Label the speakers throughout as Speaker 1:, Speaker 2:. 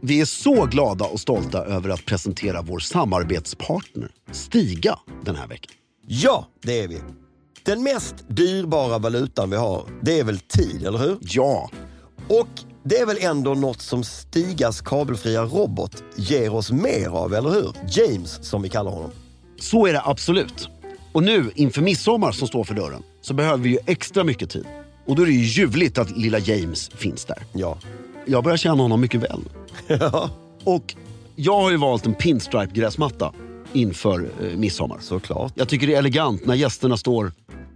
Speaker 1: Vi är så glada och stolta över att presentera vår samarbetspartner Stiga den här veckan.
Speaker 2: Ja, det är vi. Den mest dyrbara valutan vi har, det är väl tid, eller hur?
Speaker 1: Ja,
Speaker 2: Och det är väl ändå något som Stigas kabelfria robot ger oss mer av, eller hur? James, som vi kallar honom.
Speaker 1: så är det absolut. Och nu inför midsommar som står för dörren så behöver vi ju extra mycket tid. Och då är det ju ljuvligt att lilla James finns där.
Speaker 2: Ja.
Speaker 1: Jag börjar känna honom mycket väl. Och jag har ju valt en pinstripe-gräsmatta inför eh, midsommar.
Speaker 2: Såklart.
Speaker 1: Jag tycker det är elegant när gästerna står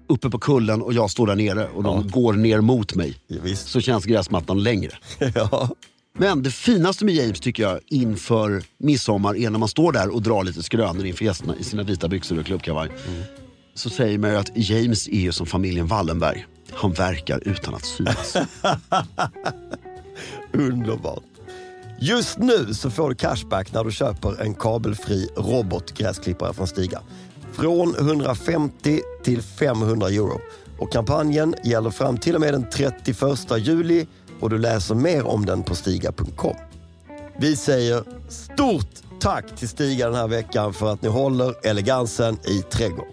Speaker 1: uppe på kullen och jag står där nere och de går ner mot mig.
Speaker 2: Ja, visst.
Speaker 1: Så känns gräsmattan längre.
Speaker 2: Ja.
Speaker 1: Men det finaste med James tycker jag inför midsommar är när man står där och drar lite skrönor inför gästerna i sina vita byxor och klubbkavaj. Så säger man ju att James är ju som familjen Wallenberg. Han verkar utan att synas.
Speaker 2: Underbart. Just nu så får du cashback när du köper en kabelfri robotgräsklippare från Stiga. Från 150 till 500 euro. Och kampanjen gäller fram till och med den 31 juli och du läser mer om den på stiga.com. Vi säger stort tack till Stiga den här veckan för att ni håller elegansen i trädgården.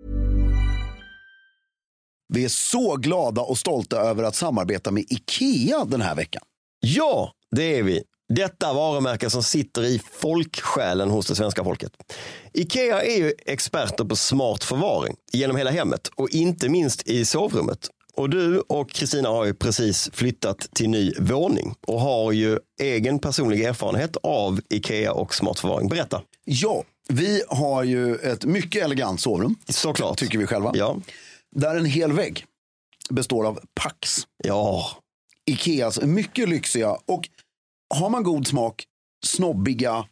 Speaker 1: Vi är så glada och stolta över att samarbeta med IKEA den här veckan.
Speaker 2: Ja, det är vi. Detta varumärke som sitter i folksjälen hos det svenska folket. Ikea är ju experter på smart förvaring genom hela hemmet och inte minst i sovrummet. Och du och Kristina har ju precis flyttat till ny våning och har ju egen personlig erfarenhet av Ikea och smart förvaring. Berätta.
Speaker 1: Ja, vi har ju ett mycket elegant sovrum,
Speaker 2: Såklart.
Speaker 1: tycker vi själva.
Speaker 2: Ja.
Speaker 1: Där en hel vägg består av Pax.
Speaker 2: Ja.
Speaker 1: Ikeas mycket lyxiga och har man god smak, snobbiga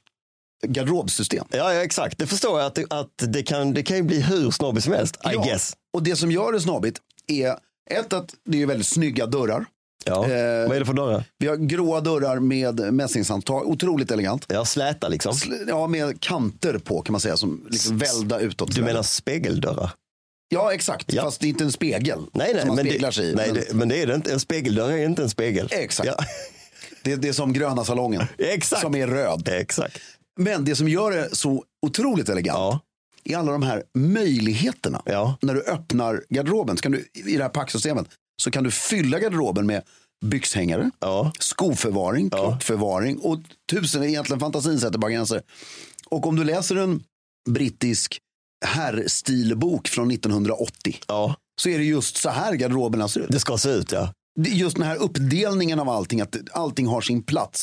Speaker 1: garderobsystem.
Speaker 2: Ja, ja, exakt. Det förstår jag att, det, att det, kan, det kan ju bli hur snobbigt som helst. I
Speaker 1: Ja.
Speaker 2: guess.
Speaker 1: Och det som gör det snobbigt är ett att det är väldigt snygga dörrar.
Speaker 2: Ja.
Speaker 1: Eh.
Speaker 2: Vad är det för dörrar?
Speaker 1: Vi har gråa dörrar med mässingshandtag, otroligt elegant.
Speaker 2: Ja, släta liksom.
Speaker 1: Sl- Ja, med kanter på kan man säga som liksom välda utåt.
Speaker 2: Du menar spegeldörrar?
Speaker 1: Ja, exakt.
Speaker 2: Ja.
Speaker 1: Fast det är inte en spegel
Speaker 2: Nej, nej,
Speaker 1: som man
Speaker 2: men,
Speaker 1: speglar
Speaker 2: det,
Speaker 1: sig i.
Speaker 2: nej
Speaker 1: men
Speaker 2: det, men det är det inte. En spegeldörr är inte en spegel.
Speaker 1: Exakt.
Speaker 2: Ja,
Speaker 1: det, det är som gröna salongen
Speaker 2: exakt.
Speaker 1: som är röd.
Speaker 2: Exakt.
Speaker 1: Men det som gör det så otroligt elegant
Speaker 2: Ja.
Speaker 1: är alla de här möjligheterna.
Speaker 2: Ja.
Speaker 1: När du öppnar garderoben, så kan du, i det här packsystemet, så kan du fylla garderoben med byxhängare,
Speaker 2: Ja.
Speaker 1: skoförvaring, klockförvaring och tusen, egentligen fantasin sätter bara gränser. Och om du läser en brittisk herrstilbok från 1980
Speaker 2: ja,
Speaker 1: så är det just så här garderoberna ser ut.
Speaker 2: det ska se ut ja.
Speaker 1: Det är Just den här uppdelningen av allting, att allting har sin plats.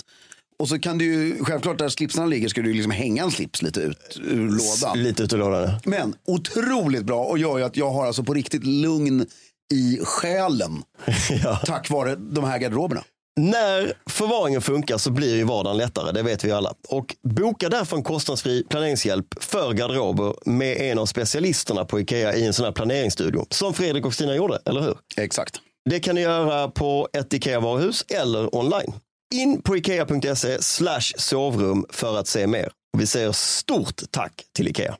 Speaker 1: Och så kan du ju, självklart där slipsarna ligger ska du ju liksom hänga en slips lite ut ur lådan.
Speaker 2: Lite ut ur lådan. ja.
Speaker 1: Men otroligt bra och gör ju att jag har alltså på riktigt lugn i själen
Speaker 2: Ja.
Speaker 1: tack vare de här garderoberna.
Speaker 2: När förvaringen funkar så blir ju vardagen lättare, det vet vi ju alla. Och boka därför en kostnadsfri planeringshjälp för garderober med en av specialisterna på Ikea i en sån här planeringsstudio. Som Fredrik och Stina gjorde, eller hur?
Speaker 1: Exakt.
Speaker 2: Det kan ni göra på ett IKEA-varuhus eller online. In på ikea.se slash sovrum för att se mer. Och vi säger stort tack till Ikea.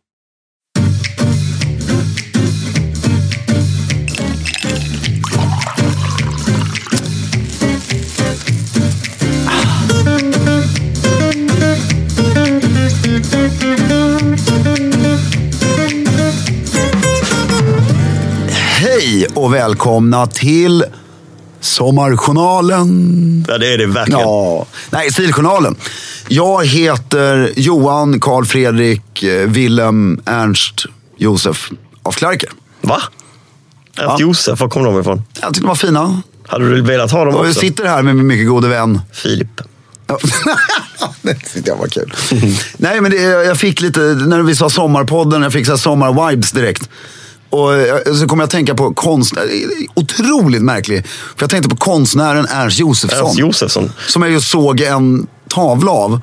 Speaker 1: Hej och välkomna till Sommarjournalen.
Speaker 2: Ja, det är det verkligen.
Speaker 1: Ja, nej, Stiljournalen. Jag heter Johan Karl Fredrik eh, Wilhelm Ernst Josef af Klerker.
Speaker 2: Va? Ernst Josef, var kom de ifrån?
Speaker 1: Jag tyckte de var fina.
Speaker 2: Hade du velat ha dem
Speaker 1: Och jag
Speaker 2: också?
Speaker 1: sitter här med min mycket gode vän
Speaker 2: Filip.
Speaker 1: Ja. det tyckte jag var kul. Nej, men det, jag fick lite, när vi sa sommarpodden, jag fick så här sommarvibes direkt. Och eh, så kom jag att tänka på konstnär, otroligt märklig. För jag tänkte på konstnären Ernst Josefsson.
Speaker 2: Ernst Josefsson.
Speaker 1: Som jag just såg en tavla av.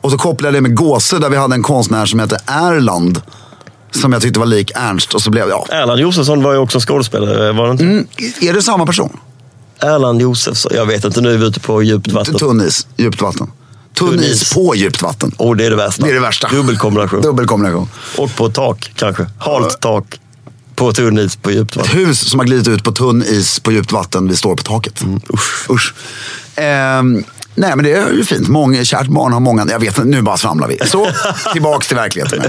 Speaker 1: Och så kopplade jag det med Gåse där vi hade en konstnär som hette Erland. Som jag tyckte var lik Ernst. Och så blev jag, ja.
Speaker 2: Erland Josefsson var ju också skådespelare, var det inte?
Speaker 1: Mm, Är det samma person?
Speaker 2: Erland Josefsson, jag vet inte, nu är vi ute på djupt vatten.
Speaker 1: Tunn is, djupt vatten. Tunn
Speaker 2: Tunn
Speaker 1: is
Speaker 2: is.
Speaker 1: på djupt vatten.
Speaker 2: Och det är det värsta.
Speaker 1: Det är det värsta.
Speaker 2: Dubbelkombination.
Speaker 1: Dubbelkombination.
Speaker 2: Och på ett tak kanske. Halt tak. På tunn is på djupt
Speaker 1: Ett
Speaker 2: vatten.
Speaker 1: hus som har glidit ut på tunn is på djupt vatten. Vi står på taket. Mm, usch. Ehm, nej, men det är ju fint. Många, kärt barn har många... Jag vet inte, nu bara svamlar vi. Så, tillbaks till verkligheten.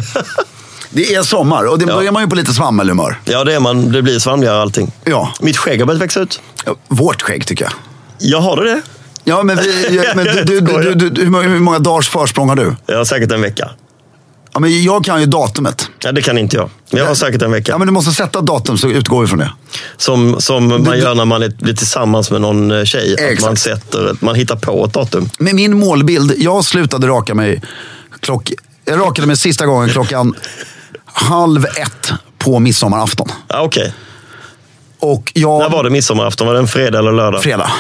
Speaker 1: Det är sommar och det börjar man ju på lite svammelhumör.
Speaker 2: Ja, det är man. Det blir svamligare allting.
Speaker 1: Ja.
Speaker 2: Mitt skägg har börjat växa ut.
Speaker 1: Vårt skägg tycker jag.
Speaker 2: Jag har det det.
Speaker 1: Ja, men, vi, ja, men du, du, du,
Speaker 2: Skojar.
Speaker 1: du, hur många- hur många dagars försprång har du?
Speaker 2: Jag har säkert en vecka.
Speaker 1: Ja, men jag kan ju datumet.
Speaker 2: Ja, det kan inte jag. Men jag har säkert en vecka.
Speaker 1: Ja, men du måste sätta datum så utgår vi från det.
Speaker 2: Som, som man gör när man är, blir tillsammans med någon eh, tjej. Att man,
Speaker 1: Exakt.
Speaker 2: sätter, ett- man hittar på ett datum.
Speaker 1: Med min målbild, jag slutade raka mig klock... Jag rakade mig sista gången klockan halv ett på midsommarafton.
Speaker 2: Ja, Okej.
Speaker 1: Och jag...
Speaker 2: När var det midsommarafton? Var det en fredag eller lördag?
Speaker 1: Fredag.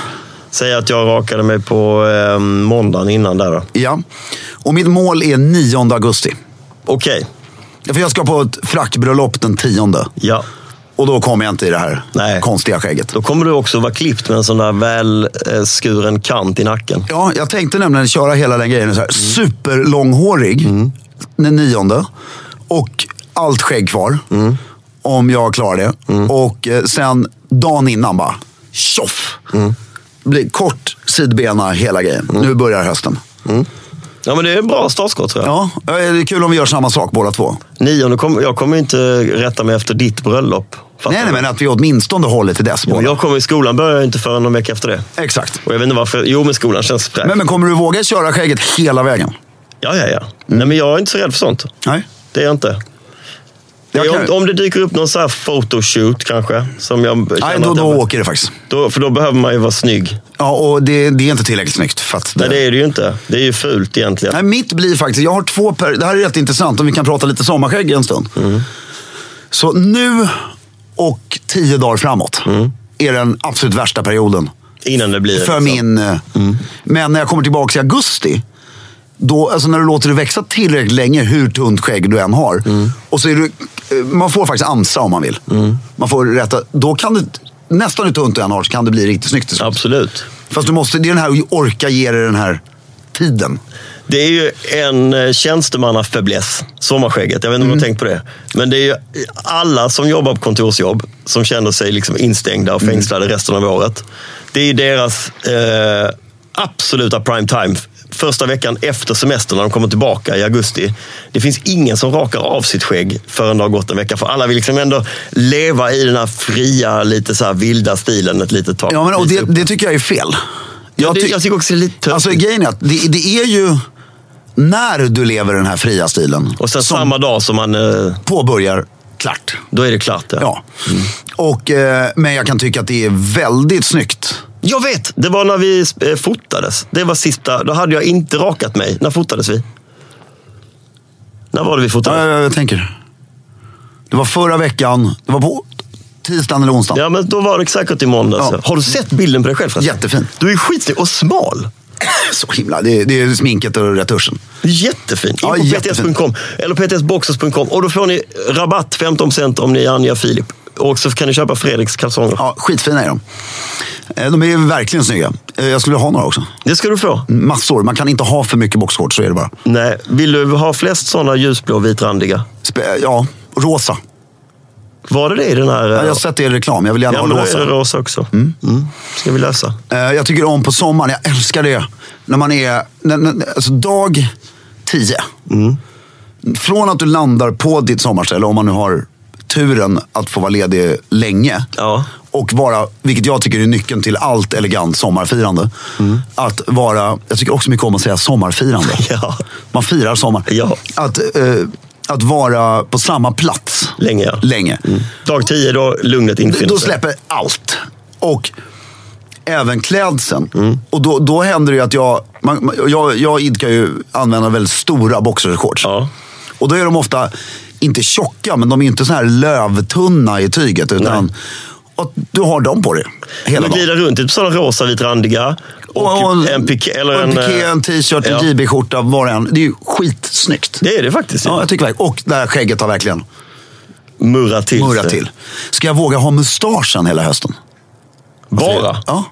Speaker 2: Säg att jag rakade mig på eh, måndagen innan där då.
Speaker 1: Ja. Och mitt mål är 9 augusti.
Speaker 2: Okej.
Speaker 1: För jag ska på ett frackbröllop den 10.
Speaker 2: Ja.
Speaker 1: Och då kommer jag inte i det här
Speaker 2: Nej.
Speaker 1: konstiga skägget.
Speaker 2: Då kommer du också vara klippt med en sån där välskuren kant i nacken.
Speaker 1: Ja, jag tänkte nämligen köra hela den grejen. Så här, Superlånghårig den nionde. Och allt skägg kvar. Om jag klarar det. Och eh, sen dagen innan bara, tjoff! Blir kort, sidbena, hela grejen. Nu börjar hösten.
Speaker 2: Ja, men det är en bra startskott tror jag.
Speaker 1: Ja, eh, det är kul om vi gör samma sak båda två.
Speaker 2: Nio, nu kom, jag kommer ju inte rätta mig efter ditt bröllop. Fattar
Speaker 1: Nej,
Speaker 2: du?
Speaker 1: nej, men att vi åtminstone håller till dess
Speaker 2: Jo, men
Speaker 1: båda.
Speaker 2: jag kommer i skolan börjar ju inte förrän någon vecka efter det.
Speaker 1: Exakt.
Speaker 2: Och jag vet inte varför. Jo, men skolan känns fräsch.
Speaker 1: Men, men kommer du våga köra skägget hela vägen?
Speaker 2: Ja, ja, ja. Nej, men jag är inte så rädd för sånt.
Speaker 1: Nej.
Speaker 2: Det är jag inte.
Speaker 1: Jag
Speaker 2: Jag
Speaker 1: kan-
Speaker 2: om, om det dyker upp någon så här photoshoot kanske. Som jag
Speaker 1: Nej,
Speaker 2: känner
Speaker 1: då,
Speaker 2: att jag-
Speaker 1: då åker det faktiskt.
Speaker 2: då, För då behöver man ju vara snygg.
Speaker 1: Ja, och det, det är inte tillräckligt snyggt. För att
Speaker 2: Nej, det är det ju inte. Det är ju fult egentligen.
Speaker 1: Nej, mitt blir faktiskt, jag har två per, Det här är rätt intressant om vi kan prata lite sommarskägg en stund.
Speaker 2: Mm.
Speaker 1: Så nu och tio dagar framåt är den absolut värsta perioden.
Speaker 2: Innan Mm. det blir...
Speaker 1: För
Speaker 2: liksom.
Speaker 1: min... eh, Men när jag kommer tillbaka i augusti. Då, alltså när du låter det växa tillräckligt länge, hur tunt skägg du än har.
Speaker 2: Mm.
Speaker 1: Och så är du, eh, man får faktiskt ansa om man vill. Man får rätta, då kan det, nästan hur tunt du än har, så kan det bli riktigt snyggt. till slut.
Speaker 2: Absolut.
Speaker 1: Fast du måste, det är den här, orka ge dig den här tiden.
Speaker 2: Det är ju en eh, tjänstemannafäbless, sommarskägget. Jag vet inte om
Speaker 1: Mm.
Speaker 2: du har tänkt på det. Men det är ju alla som jobbar på kontorsjobb som känner sig liksom instängda och
Speaker 1: Mm.
Speaker 2: fängslade resten av året. Det är ju deras eh, absoluta prime time. Första veckan efter semestern när de kommer tillbaka i augusti. Det finns ingen som rakar av sitt skägg förrän det har gått en vecka. För alla vill liksom ändå leva i den här fria, lite så här vilda stilen ett litet tag.
Speaker 1: Ja, men, och det,
Speaker 2: Lite upp.
Speaker 1: det tycker jag är fel.
Speaker 2: jag,
Speaker 1: Jag
Speaker 2: ty-
Speaker 1: ty-
Speaker 2: jag tycker också det är lite tönt.
Speaker 1: alltså grejen är att det, det är ju när du lever den här fria stilen
Speaker 2: Och sen samma dag som man... eh,
Speaker 1: påbörjar klart.
Speaker 2: Då är det klart. Mm. Ja.
Speaker 1: Ja. Och, eh, men jag kan tycka att det är väldigt snyggt.
Speaker 2: Jag vet! Det var när vi eh, fotades. Det var sista. Då hade jag inte rakat mig. När fotades vi? När var det vi
Speaker 1: Ja,
Speaker 2: fotades?
Speaker 1: jag, jag tänker. Det var förra veckan. Det var på tisdagen eller onsdagen.
Speaker 2: Ja, men då var det säkert i måndags.
Speaker 1: Ja.
Speaker 2: Har du sett bilden på dig själv? förresten?
Speaker 1: Jättefin.
Speaker 2: Du är skitsnygg och smal.
Speaker 1: Så himla. Det, det är sminket och retuschen.
Speaker 2: Du är Jättefin. In
Speaker 1: Ja,
Speaker 2: på
Speaker 1: jättefin.
Speaker 2: pts.com eller ptsboxers.com och då får ni rabatt 15% om ni anger Filip. Och så kan ni köpa Fredriks kalsonger.
Speaker 1: Ja, skitfina är de. Eh, De är verkligen snygga. Eh, Jag skulle vilja ha några också.
Speaker 2: Det ska du få.
Speaker 1: Massor. Man kan inte ha för mycket boxshorts, så är det bara.
Speaker 2: Nej, vill du ha flest sådana ljusblå vitrandiga?
Speaker 1: Spe- ja, rosa.
Speaker 2: Var det det i den här?
Speaker 1: Ja, jag har sett det i reklam. Jag vill gärna
Speaker 2: ja, men
Speaker 1: ha
Speaker 2: då är
Speaker 1: rosa.
Speaker 2: det rosa också. Mm. Ska vi lösa?
Speaker 1: Eh, Jag tycker om på sommaren. Jag älskar det. När man är... När, när, alltså dag 10.
Speaker 2: Mm.
Speaker 1: Från att du landar på ditt sommarställe, om man nu har turen att få vara ledig länge.
Speaker 2: Ja.
Speaker 1: Och vara, vilket jag tycker är nyckeln till allt elegant sommarfirande.
Speaker 2: Mm.
Speaker 1: Att vara, jag tycker också mycket om att säga sommarfirande.
Speaker 2: Ja.
Speaker 1: Man firar sommar.
Speaker 2: Ja.
Speaker 1: Att, eh, att vara på samma plats
Speaker 2: Länge, ja. Mm.
Speaker 1: länge.
Speaker 2: Dag 10, då lugnet infinner
Speaker 1: Då
Speaker 2: sig.
Speaker 1: släpper allt. Och även klädseln. Och då, då händer det ju att jag, man, man- jag... Jag idkar ju använda väldigt stora boxershorts.
Speaker 2: Ja.
Speaker 1: Och då är de ofta inte tjocka, men de är inte så här lövtunna i tyget. Utan att du har dem på dig hela
Speaker 2: Men
Speaker 1: dagen.
Speaker 2: glida runt i sådana rosa vitrandiga. Och, en piké. Eller
Speaker 1: och
Speaker 2: en,
Speaker 1: en, piké,
Speaker 2: eh,
Speaker 1: en t-shirt,
Speaker 2: ja.
Speaker 1: en JB-skjorta, vad det än. Det är ju skitsnyggt.
Speaker 2: Det är det faktiskt.
Speaker 1: Ja,
Speaker 2: Ja.
Speaker 1: jag tycker verkligen. Och det här skägget har verkligen
Speaker 2: Murra till.
Speaker 1: murrat
Speaker 2: sig.
Speaker 1: till. Ska jag våga ha mustaschen hela hösten?
Speaker 2: Bara?
Speaker 1: Ja,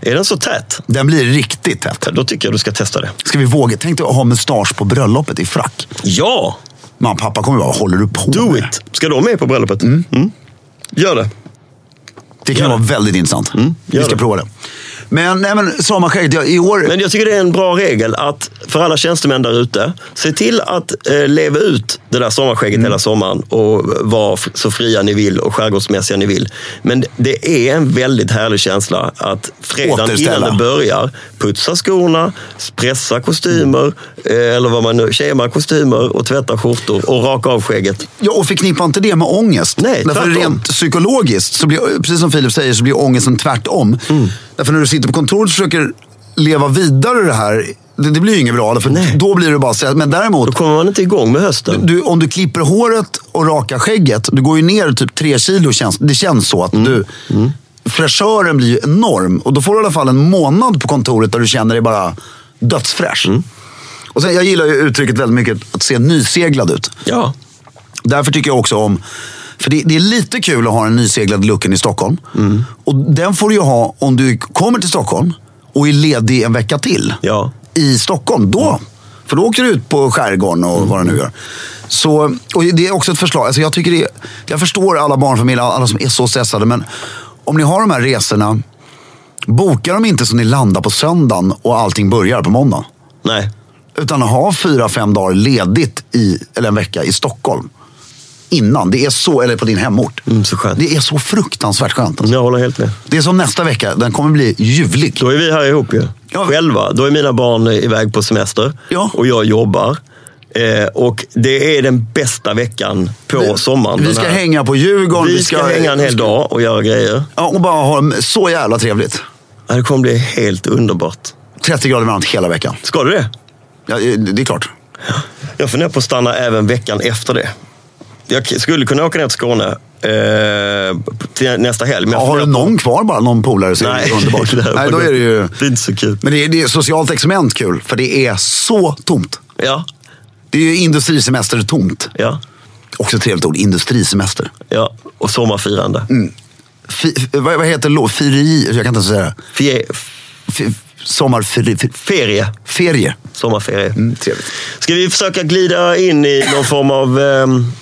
Speaker 2: Är den så tät?
Speaker 1: den blir riktigt tät.
Speaker 2: Då tycker jag du ska testa det.
Speaker 1: Ska vi våga? Tänk dig att ha mustasch på bröllopet i frack.
Speaker 2: Ja!
Speaker 1: Man, pappa kommer bara, vad håller du på
Speaker 2: Do
Speaker 1: med?"
Speaker 2: it! Ska de med på bröllopet? Mm. Gör det.
Speaker 1: Det kan
Speaker 2: Gör
Speaker 1: vara
Speaker 2: det. Mm.
Speaker 1: väldigt intressant. vi
Speaker 2: gör
Speaker 1: ska
Speaker 2: det.
Speaker 1: prova det. Men, nej, men sommarskägget, jag, i år...
Speaker 2: Men jag tycker det är en bra regel att för alla tjänstemän där ute, se till att eh, leva ut det där sommarskägget
Speaker 1: Mm.
Speaker 2: hela sommaren och vara f- så fria ni vill och skärgårdsmässiga ni vill. Men det är en väldigt härlig känsla att fredagen
Speaker 1: Återställa.
Speaker 2: innan det börjar, putsa skorna, pressa kostymer, eh, eller vad man nu, kema kostymer och tvätta skjortor och raka av skägget.
Speaker 1: Ja, och förknippa inte det med ångest.
Speaker 2: Nej,
Speaker 1: Därför
Speaker 2: tvärtom.
Speaker 1: rent psykologiskt, så blir, precis som Filip säger, så blir ångesten tvärtom.
Speaker 2: Mm.
Speaker 1: Därför när du sitter på kontoret och försöker leva vidare det här, det, det blir ju inget bra. För
Speaker 2: Nej.
Speaker 1: då blir det bara så här- Men däremot,
Speaker 2: Då kommer man inte igång med hösten.
Speaker 1: du, om du klipper håret och rakar skägget, du går ju ner typ tre kilo. Känns, det känns så att du... Fräschören blir ju enorm och då får du i alla fall en månad på kontoret där du känner dig bara dödsfräsch. Och sen, jag gillar ju uttrycket väldigt mycket, att se nyseglad ut.
Speaker 2: Ja.
Speaker 1: Därför tycker jag också om... För det, det är lite kul att ha den nyseglade looken i Stockholm. Och den får du ju ha om du kommer till Stockholm och är ledig en vecka till.
Speaker 2: Ja.
Speaker 1: I Stockholm, då. För då åker du ut på skärgården och vad du nu gör. Så, och det är också ett förslag. Alltså jag, tycker det, jag förstår alla barnfamiljer, alla som är så stressade. Men om ni har de här resorna, boka dem inte så ni landar på söndagen och allting börjar på måndagen.
Speaker 2: Nej.
Speaker 1: Utan att ha fyra, fem dagar ledigt i, eller en vecka i Stockholm. Innan. Det är så, eller på din hemort.
Speaker 2: Mm, så skönt.
Speaker 1: Det är så fruktansvärt skönt. Alltså.
Speaker 2: Jag håller helt med.
Speaker 1: Det är som nästa vecka. Den kommer bli ljuvlig.
Speaker 2: Då är vi här ihop ju.
Speaker 1: Ja.
Speaker 2: Själva. Då är mina barn eh, iväg på semester
Speaker 1: Ja.
Speaker 2: och jag jobbar. Eh, och det är den bästa veckan på sommaren.
Speaker 1: Vi
Speaker 2: den
Speaker 1: ska
Speaker 2: här.
Speaker 1: hänga på Djurgården.
Speaker 2: vi ska hänga en hel dag och göra grejer.
Speaker 1: Ja, och bara ha så jävla trevligt.
Speaker 2: Ja, det kommer bli helt underbart.
Speaker 1: 30 grader varmt hela veckan.
Speaker 2: Ska du det?
Speaker 1: Ja, eh, det är klart.
Speaker 2: Jag funderar på att stanna även veckan efter det. Jag k- skulle kunna åka ner till Skåne eh, till nästa helg. Men jag
Speaker 1: Ja, har du
Speaker 2: funderar på-
Speaker 1: någon kvar bara? Någon polare så är
Speaker 2: Nej.
Speaker 1: det underbart.
Speaker 2: Det här
Speaker 1: Nej,
Speaker 2: var
Speaker 1: då är det ju...
Speaker 2: Det är inte så kul.
Speaker 1: Men det är, det är socialt experiment kul. För det är så tomt.
Speaker 2: Ja,
Speaker 1: Det är ju industrisemester tomt.
Speaker 2: ja,
Speaker 1: Också ett trevligt ord. Industrisemester.
Speaker 2: ja. Och sommarfirande.
Speaker 1: Mm. Fi, f- vad, vad heter lo? Firi... Jag kan inte ens säga det.
Speaker 2: Fie,
Speaker 1: F, sommarfiri... F,
Speaker 2: ferie.
Speaker 1: ferie.
Speaker 2: Sommarferie.
Speaker 1: Mm, trevligt.
Speaker 2: Ska vi försöka glida in i någon form av ehm,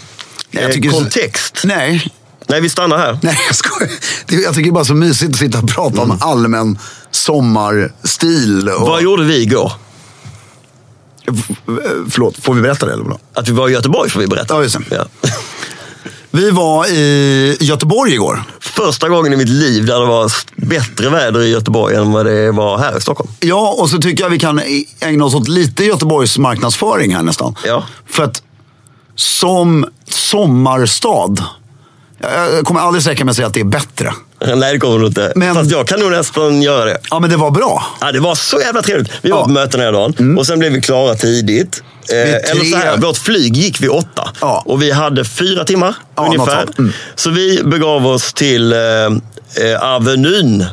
Speaker 1: Nej,
Speaker 2: eh,
Speaker 1: jag tycker-
Speaker 2: kontext?
Speaker 1: Nej,
Speaker 2: Nej, vi stannar här.
Speaker 1: nej jag skojar. Det, jag tycker det är bara så mysigt att sitta och prata om allmän sommarstil. Och,
Speaker 2: Vad gjorde vi igår?
Speaker 1: F- Förlåt, får vi berätta det? Eller vadå?
Speaker 2: Att vi var i Göteborg får vi berätta.
Speaker 1: Ja, just det.
Speaker 2: Ja.
Speaker 1: Vi var i Göteborg igår.
Speaker 2: Första gången i mitt liv där det var bättre väder i Göteborg än vad det var här i Stockholm.
Speaker 1: Ja, och så tycker jag vi kan i- ägna oss åt lite Göteborgs marknadsföring här nästan.
Speaker 2: Ja.
Speaker 1: För att som sommarstad, jag jag kommer aldrig säkra mig att säga att det är bättre.
Speaker 2: Nej, det kommer du inte.
Speaker 1: Men-
Speaker 2: Fast jag kan nog nästan göra det.
Speaker 1: Ja, men det var bra.
Speaker 2: Ja, det var så jävla trevligt. Vi var
Speaker 1: Ja.
Speaker 2: på möten den här dagen och sen blev vi klara tidigt. Eh,
Speaker 1: Vid
Speaker 2: eller så här,
Speaker 1: tre.
Speaker 2: vårt flyg gick vid åtta
Speaker 1: Ja.
Speaker 2: och vi hade fyra timmar
Speaker 1: Ja, något
Speaker 2: ungefär.
Speaker 1: sånt. Mm.
Speaker 2: Så vi begav oss till eh, eh, Avenyn.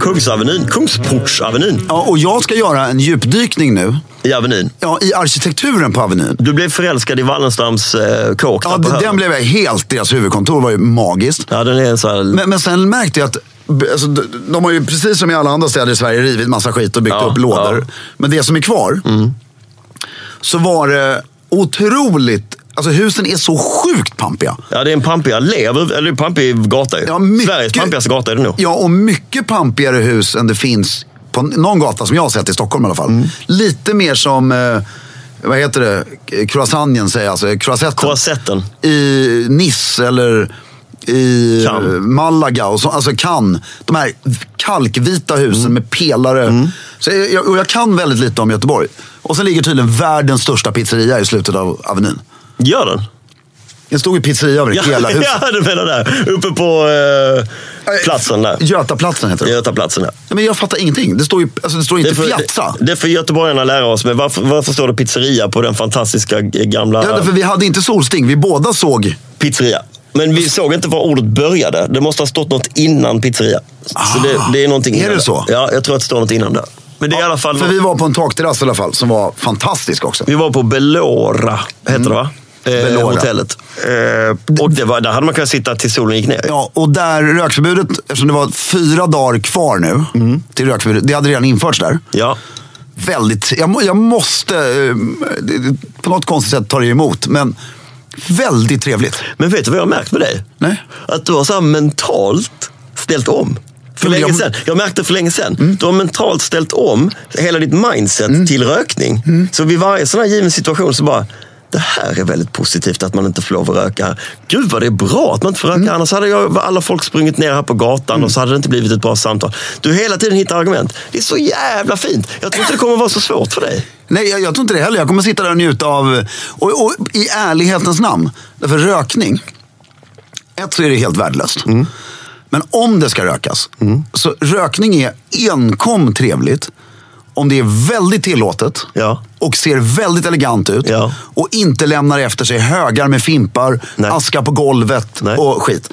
Speaker 2: Kungsavenyn, Kungsportsavenyn
Speaker 1: Ja, och jag ska göra en djupdykning nu
Speaker 2: i Avenyn.
Speaker 1: ja, i arkitekturen på Avenyn.
Speaker 2: Du blev förälskad i Wallenstams eh, kåk
Speaker 1: Ja,
Speaker 2: där på
Speaker 1: d-
Speaker 2: höger.
Speaker 1: den blev jag helt, deras huvudkontor var ju magiskt.
Speaker 2: Ja, den är så här...
Speaker 1: Men, men sen märkte jag att b- alltså, d- de har ju precis som i alla andra städer i Sverige rivit massa skit och byggt
Speaker 2: Ja,
Speaker 1: upp lådor.
Speaker 2: ja. Mm.
Speaker 1: Men det som är kvar, så var det otroligt... Alltså husen är så sjukt pampiga.
Speaker 2: Ja, det är en pampig allé, eller en pampig gata ju.
Speaker 1: Ja, mycket-
Speaker 2: Sveriges pampigaste gata är det nog.
Speaker 1: Ja, och mycket pampigare hus än det finns på någon gata som jag har sett i Stockholm i alla fall.
Speaker 2: Mm.
Speaker 1: Lite mer som, eh, vad heter det, croissanten säger jag, alltså, croissetten.
Speaker 2: Korsetten.
Speaker 1: I Nice eller i
Speaker 2: Cannes.
Speaker 1: eh, Malaga, och så, alltså Cannes. De här kalkvita husen
Speaker 2: Mm.
Speaker 1: med pelare. Så jag, jag- och jag kan väldigt lite om Göteborg. Och sen ligger tydligen världens största pizzeria i slutet av Avenyn.
Speaker 2: Gör den?
Speaker 1: Det stod ju pizzeria över
Speaker 2: Ja,
Speaker 1: hela huset.
Speaker 2: ja du menar där. Uppe på eh, platsen där.
Speaker 1: Götaplatsen heter det.
Speaker 2: Götaplatsen, ja.
Speaker 1: Nej, men jag fattar ingenting. Det står ju alltså, det står inte Piazza.
Speaker 2: det får göteborgarna lära oss. Men varför, varför står det pizzeria på den fantastiska g- gamla
Speaker 1: Ja, därför vi hade inte solsting. Vi båda såg...
Speaker 2: pizzeria? Men vi såg inte var ordet började. Det måste ha stått något innan pizzeria. så det, det är någonting
Speaker 1: Ah, är
Speaker 2: innan
Speaker 1: det
Speaker 2: där.
Speaker 1: så?
Speaker 2: Ja, jag tror att det står något innan där. Men det är i alla fall...
Speaker 1: För vi var på en takterrass i alla fall som var fantastisk också.
Speaker 2: Vi var på Belora, heter det va? Eh,
Speaker 1: Mm. Bellora.
Speaker 2: Hotellet. Eh, och det var, där hade man kunnat sitta tills solen gick ner.
Speaker 1: Ja, och där rökförbudet, eftersom det var fyra dagar kvar nu till rökförbudet. Det hade redan införts där.
Speaker 2: Ja.
Speaker 1: Väldigt, jag, må- jag måste, eh, det- det- på något konstigt sätt ta det emot, men väldigt trevligt.
Speaker 2: Men vet du vad jag har märkt med dig?
Speaker 1: Nej.
Speaker 2: Att du har så här mentalt ställt om. För
Speaker 1: Ja, men
Speaker 2: länge
Speaker 1: jag- Mm.
Speaker 2: sedan. Jag märkte för länge sedan. Du har mentalt ställt om hela ditt mindset till rökning.
Speaker 1: Mm.
Speaker 2: Så vid varje sån här given situation så bara, det här är väldigt positivt att man inte får lov att röka. här. Gud vad det är bra att man inte får röka.
Speaker 1: Mm.
Speaker 2: Annars hade jag, alla folk sprungit ner här på gatan och så hade det inte blivit ett bra samtal. Du hela tiden hittar argument. Det är så jävla fint. Jag tror inte det kommer vara så svårt för dig.
Speaker 1: Nej, jag, jag tror inte det heller. Jag kommer sitta där och njuta av, och, och i ärlighetens namn, därför rökning, ett så är det helt värdelöst. Men om det ska rökas, så rökning är enkom trevligt om det är väldigt tillåtet
Speaker 2: Ja.
Speaker 1: och ser väldigt elegant ut
Speaker 2: Ja.
Speaker 1: och inte lämnar efter sig högar med fimpar,
Speaker 2: Nej.
Speaker 1: aska på golvet
Speaker 2: Nej.
Speaker 1: och skit.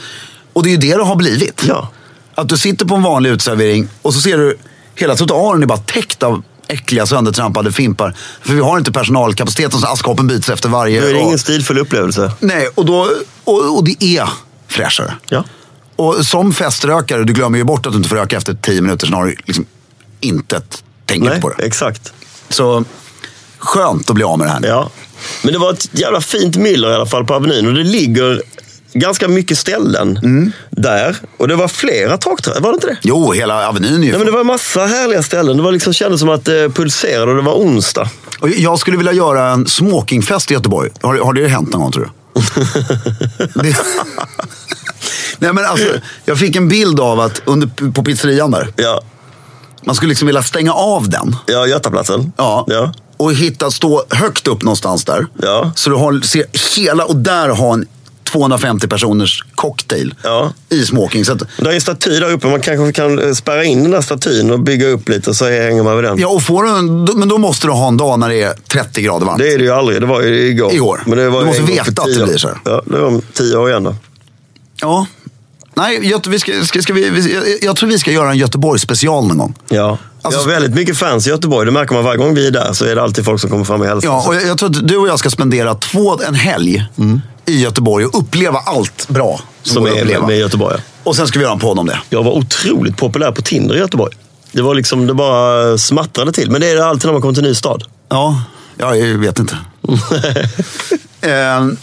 Speaker 1: Och det är ju det det har blivit.
Speaker 2: Ja.
Speaker 1: Att du sitter på en vanlig utservering och så ser du hela trottoaren är bara täckt av äckliga söndertrampade fimpar. För vi har inte personalkapaciteten så askkoppen byts efter varje.
Speaker 2: Då är det
Speaker 1: och,
Speaker 2: ingen stilfull upplevelse.
Speaker 1: nej, och, då, och, och det är fräschare.
Speaker 2: Ja.
Speaker 1: Och som feströkare, du glömmer ju bort att du inte får röka efter tio minuter. Snarare liksom inte ett tänker
Speaker 2: Nej,
Speaker 1: på det.
Speaker 2: exakt.
Speaker 1: Så skönt att bli av med det här nu.
Speaker 2: Ja. Men det var ett jävla fint myller i alla fall på Avenyn och det ligger ganska mycket ställen
Speaker 1: Mm.
Speaker 2: där. Och det var flera takträd, var det inte det?
Speaker 1: Jo, hela Avenyn är ju
Speaker 2: Nej, men det var massa härliga ställen. Det var liksom, kändes som att det pulserade och det var onsdag.
Speaker 1: Och Jag skulle vilja göra en smokingfest i Göteborg. Har, har det hänt någon gång tror du? det... Nej, men alltså, jag fick en bild av att under, på pizzerian där,
Speaker 2: Ja,
Speaker 1: man skulle liksom vilja stänga av den.
Speaker 2: ja Götaplatsen.
Speaker 1: Ja.
Speaker 2: ja.
Speaker 1: Och hitta, stå högt upp någonstans där.
Speaker 2: Ja.
Speaker 1: Så du har, ser hela, och där ha en 250 personers cocktail
Speaker 2: Ja.
Speaker 1: i smoking. Så att,
Speaker 2: Det är en staty där uppe. Man kanske kan eh, spärra in den där statyn och bygga upp lite så hänger man vid den.
Speaker 1: ja, och får du en, då- men då måste du ha en dag när det är 30 grader varmt.
Speaker 2: Det är det ju aldrig. Det var ju igår.
Speaker 1: Igår.
Speaker 2: Men det
Speaker 1: Du
Speaker 2: var ju
Speaker 1: måste
Speaker 2: en gång
Speaker 1: veta
Speaker 2: för
Speaker 1: att det
Speaker 2: tio år.
Speaker 1: blir så här.
Speaker 2: Ja, det var om tio år igen då.
Speaker 1: Ja. Nej, Göte- vi ska, ska, ska vi, vi, jag- jag tror vi ska göra en Göteborgsspecial någon gång.
Speaker 2: Ja.
Speaker 1: Alltså-
Speaker 2: jag har väldigt mycket fans i Göteborg. Det märker man varje gång vi är där. Så är det alltid folk som kommer fram och hälsar.
Speaker 1: Ja, och jag, jag tror att du och jag ska spendera två, en helg i Göteborg och uppleva allt bra som,
Speaker 2: som
Speaker 1: går att
Speaker 2: är med,
Speaker 1: uppleva.
Speaker 2: med Göteborg. ja.
Speaker 1: Och sen ska vi göra en podd om det.
Speaker 2: Jag var otroligt populär på Tinder i Göteborg. Det var liksom, det bara smattrade till. Men det är det alltid när man kommer till en ny stad.
Speaker 1: Ja, ja jag vet inte. Eh,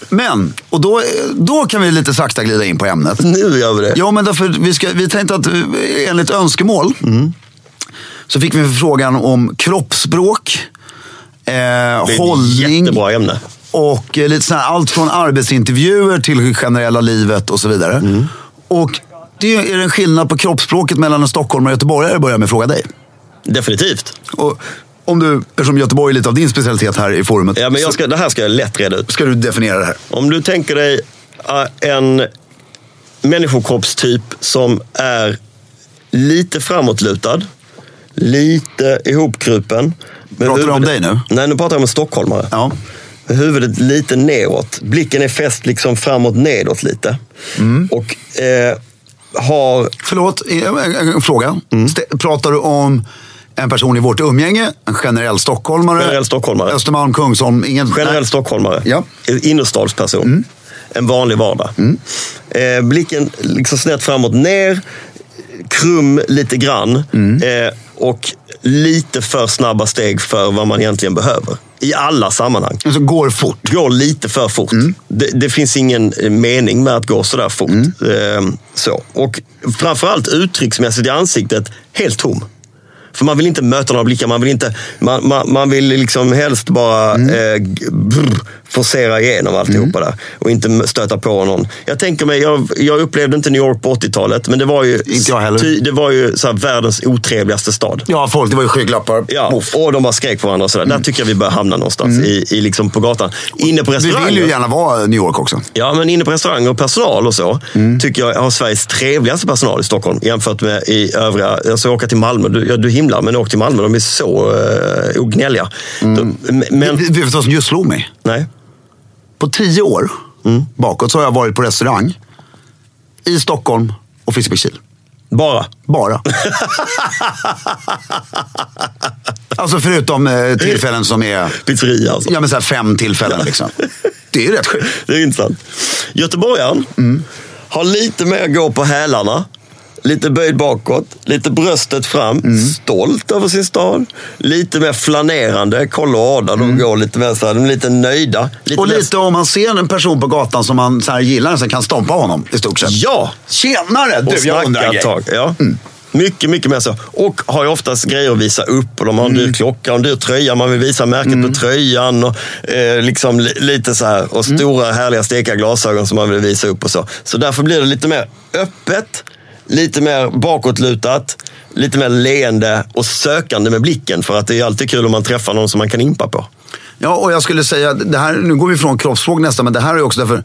Speaker 1: Men, och då, då kan vi lite sakta glida in på ämnet.
Speaker 2: Nu gör vi det.
Speaker 1: Ja, men därför vi, ska, vi tänkte att eh, enligt önskemål så fick vi förfrågan om kroppsspråk,
Speaker 2: det
Speaker 1: eh,
Speaker 2: är ett
Speaker 1: hållning.
Speaker 2: jättebra ämne.
Speaker 1: Och eh, lite sån här, allt från arbetsintervjuer till det generella livet och så vidare.
Speaker 2: Mm.
Speaker 1: Och det är är det en skillnad på kroppsspråket mellan en stockholmare och göteborgare börjar jag med att fråga dig.
Speaker 2: Definitivt.
Speaker 1: Och om du, eftersom Göteborg är lite av din specialitet här i forumet,
Speaker 2: Ja, men jag
Speaker 1: så
Speaker 2: ska, det här ska jag lätt reda ut.
Speaker 1: ska du definiera det här.
Speaker 2: Om du tänker dig eh, en människokroppstyp som är lite framåtlutad, lite ihopkrupen. men
Speaker 1: Pratar du om
Speaker 2: huvudet-
Speaker 1: dig nu?
Speaker 2: Nej, nu pratar jag om en stockholmare.
Speaker 1: Ja.
Speaker 2: Med huvudet lite neråt. Blicken är fäst liksom framåt nedåt lite.
Speaker 1: Mm.
Speaker 2: Och eh, har...
Speaker 1: Förlåt, eh, en, en, en fråga.
Speaker 2: Mm.
Speaker 1: St- Pratar du om en person i vårt umgänge, en generell stockholmare,
Speaker 2: Generell stockholmare.
Speaker 1: Östermalm, Kungsholm, ingen...
Speaker 2: Generell
Speaker 1: Nej.
Speaker 2: stockholmare.
Speaker 1: Ja. Mm.
Speaker 2: En Innerstadsperson. En vanlig vardag. Eh, blicken liksom snett framåt ner. Krum lite grann.
Speaker 1: Mm.
Speaker 2: Eh, och lite för snabba steg för vad man egentligen behöver. I alla sammanhang.
Speaker 1: Alltså, går fort.
Speaker 2: Går lite för fort.
Speaker 1: Mm.
Speaker 2: Det, det finns ingen eh, mening med att gå sådär fort. Ehm, så. Och framförallt uttrycksmässigt i ansiktet, helt tom. För man vill inte möta några blickar. Man vill, inte, man, man, man vill liksom helst bara
Speaker 1: Mm.
Speaker 2: eh, g- brr, forcera igenom alltihopa där. Och inte m- stöta på någon. Jag tänker mig, jag, jag upplevde inte New York på 80-talet, men det var ju,
Speaker 1: Inte jag heller.
Speaker 2: det var ju så här, världens otrevligaste stad.
Speaker 1: Ja, folk, det var ju skygglappar.
Speaker 2: Ja,
Speaker 1: Muff.
Speaker 2: och de bara skrek på varandra och sådär. Där tycker jag vi börjar hamna någonstans i, i liksom på gatan. Inne på
Speaker 1: Mm. Vi
Speaker 2: restauranger.
Speaker 1: vill ju gärna vara New York också.
Speaker 2: Ja, men inne på restauranger och personal och så tycker jag har Sveriges trevligaste personal i Stockholm jämfört med i övriga. Alltså åka till Malmö, du, ja, du himlar, men åk till Malmö. De är så uh, ognälliga.
Speaker 1: Mm.
Speaker 2: De, men- men,
Speaker 1: Vet du vad som just slog mig?
Speaker 2: nej.
Speaker 1: På tio år
Speaker 2: Mm.
Speaker 1: bakåt så har jag varit på restaurang i Stockholm och Fiskebäckskil.
Speaker 2: Bara.
Speaker 1: Bara. alltså förutom eh, tillfällen som är
Speaker 2: Pizzeria alltså.
Speaker 1: ja, men så här fem tillfällen. Liksom. Det är ju rätt sjukt.
Speaker 2: Det är intressant. Göteborgaren
Speaker 1: Mm.
Speaker 2: har lite mer gå på hälarna. Lite böjd bakåt, lite bröstet fram.
Speaker 1: Mm.
Speaker 2: Stolt över sin stad. Lite mer flanerande. Kolla och Ada, de går lite mer så här, de är lite nöjda. Lite
Speaker 1: Mm. Och
Speaker 2: mer-
Speaker 1: lite om man ser en person på gatan som man så här gillar så kan stompa honom i stort sett.
Speaker 2: Ja!
Speaker 1: Tjenare!
Speaker 2: Och
Speaker 1: Du, jag
Speaker 2: snacka
Speaker 1: undrar en
Speaker 2: ett
Speaker 1: grej.
Speaker 2: tag. Ja. Mycket, mycket mer så. Och har ju oftast grejer att visa upp. Och de har en
Speaker 1: Mm.
Speaker 2: dyr klocka och en dyr tröja. Man vill visa märket på tröjan. Och, eh, liksom li- lite så här.
Speaker 1: Mm.
Speaker 2: Och stora härliga steka glasögon som man vill visa upp och så. Så därför blir det lite mer öppet. Lite mer bakåtlutat. Lite mer leende och sökande med blicken. För att det är alltid kul om man träffar någon som man kan impa på.
Speaker 1: Ja, och jag skulle säga, det här, nu går vi från kroppsspråk nästan, men det här är ju också därför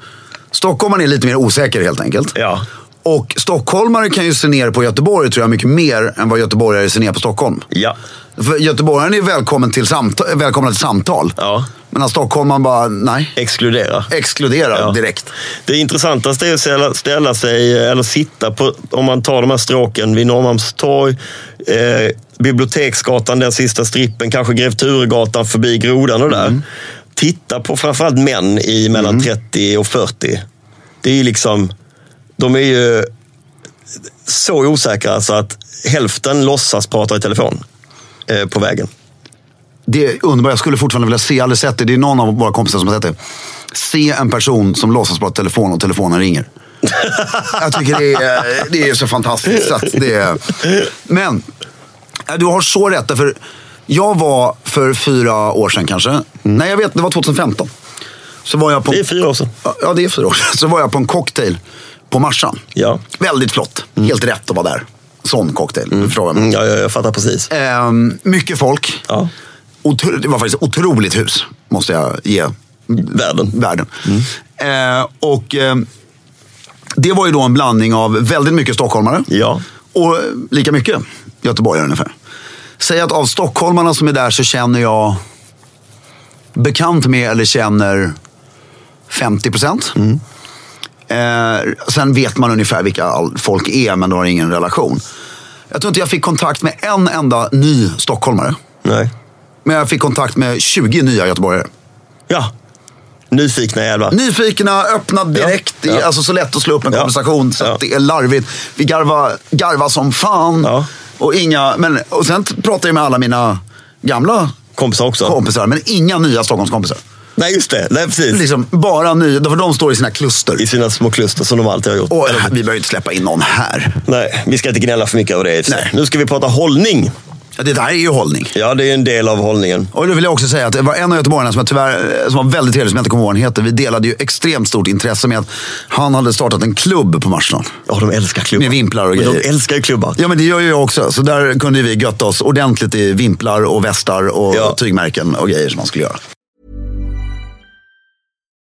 Speaker 1: stockholmaren är lite mer osäker helt enkelt.
Speaker 2: Ja.
Speaker 1: Och stockholmare kan ju se ner på Göteborg tror jag mycket mer än vad göteborgare ser ner på Stockholm.
Speaker 2: Ja.
Speaker 1: För göteborgaren är välkommen till samtal, välkomna till samtal.
Speaker 2: Ja.
Speaker 1: Medan stockholmaren bara, nej.
Speaker 2: Exkludera.
Speaker 1: Exkluderar
Speaker 2: Ja.
Speaker 1: direkt.
Speaker 2: Det intressantaste är att ställa, ställa sig eller sitta på, om man tar de här stråken vid Norrmalmstorg, eh, Biblioteksgatan, den sista strippen, kanske Grev Turegatan förbi Grodan och där. Titta på framförallt män i mellan 30 och 40. Det är ju liksom, de är ju så osäkra så att hälften låtsas prata i telefon eh, på vägen.
Speaker 1: Det är underbart, jag skulle fortfarande vilja se, jag har aldrig sett det, det är någon av våra kompisar som har sett det. Se en person som låtsas prata telefon och telefonen ringer. jag tycker det är, det är så fantastiskt. Så att det är... Men, ja, du har så rätt. För jag var för fyra år sedan kanske. Nej, jag vet, det var 2015. Så var jag på...
Speaker 2: Det är fyra år sedan.
Speaker 1: Ja, det är fyra år sedan. Så var jag på en cocktail på Marsan.
Speaker 2: Ja.
Speaker 1: Väldigt flott. Helt rätt att vara där. Sån cocktail. Du frågar mig.
Speaker 2: Mm, ja, ja, jag fattar precis.
Speaker 1: Ehm, mycket folk.
Speaker 2: Ja.
Speaker 1: Otro, det var faktiskt ett otroligt hus, måste jag ge
Speaker 2: Världen. Mm.
Speaker 1: världen. Eh, och eh, det var ju då en blandning av väldigt mycket stockholmare
Speaker 2: Ja.
Speaker 1: och eh, lika mycket göteborgare ungefär. Säg att av stockholmarna som är där så känner jag bekant med eller känner 50 procent.
Speaker 2: Mm.
Speaker 1: Eh, sen vet man ungefär vilka all- folk är, men de har ingen relation. Jag tror inte jag fick kontakt med en enda ny stockholmare.
Speaker 2: Nej.
Speaker 1: Men jag fick kontakt med 20 nya göteborgare.
Speaker 2: Ja. Nyfikna jävlar.
Speaker 1: Nyfikna, öppna direkt.
Speaker 2: Ja,
Speaker 1: Det är
Speaker 2: ja.
Speaker 1: alltså så lätt att slå upp en
Speaker 2: Ja,
Speaker 1: konversation så
Speaker 2: ja.
Speaker 1: att det är larvigt. Vi garvar garva som fan.
Speaker 2: Ja.
Speaker 1: Och, inga, men, och sen t- pratar jag med alla mina gamla
Speaker 2: Kompisar också.
Speaker 1: kompisar, men inga nya Stockholmskompisar.
Speaker 2: Nej, just det. Nej, precis.
Speaker 1: Liksom, bara nya, för de står i sina kluster.
Speaker 2: I sina små kluster som de alltid har gjort.
Speaker 1: Och, vi behöver ju inte släppa in någon här.
Speaker 2: Nej, vi ska inte gnälla för mycket över det. i och för sig.
Speaker 1: Nej.
Speaker 2: Nu ska vi prata hållning.
Speaker 1: Ja, Det där är ju hållning.
Speaker 2: Ja, det är en del av hållningen.
Speaker 1: Och då vill jag också säga att det var en av göteborgarna som jag tyvärr, eh, som var väldigt trevlig, som jag inte kommer ihåg vad han heter. Vi delade ju extremt stort intresse med att han hade startat en klubb på Marstrand.
Speaker 2: Ja, de älskar klubbar.
Speaker 1: Med vimplar och
Speaker 2: Men
Speaker 1: grejer.
Speaker 2: De älskar ju klubbar.
Speaker 1: Ja, men det gör ju jag också. Så där kunde vi götta oss ordentligt i vimplar och västar och
Speaker 2: Ja.
Speaker 1: tygmärken och grejer som man skulle göra.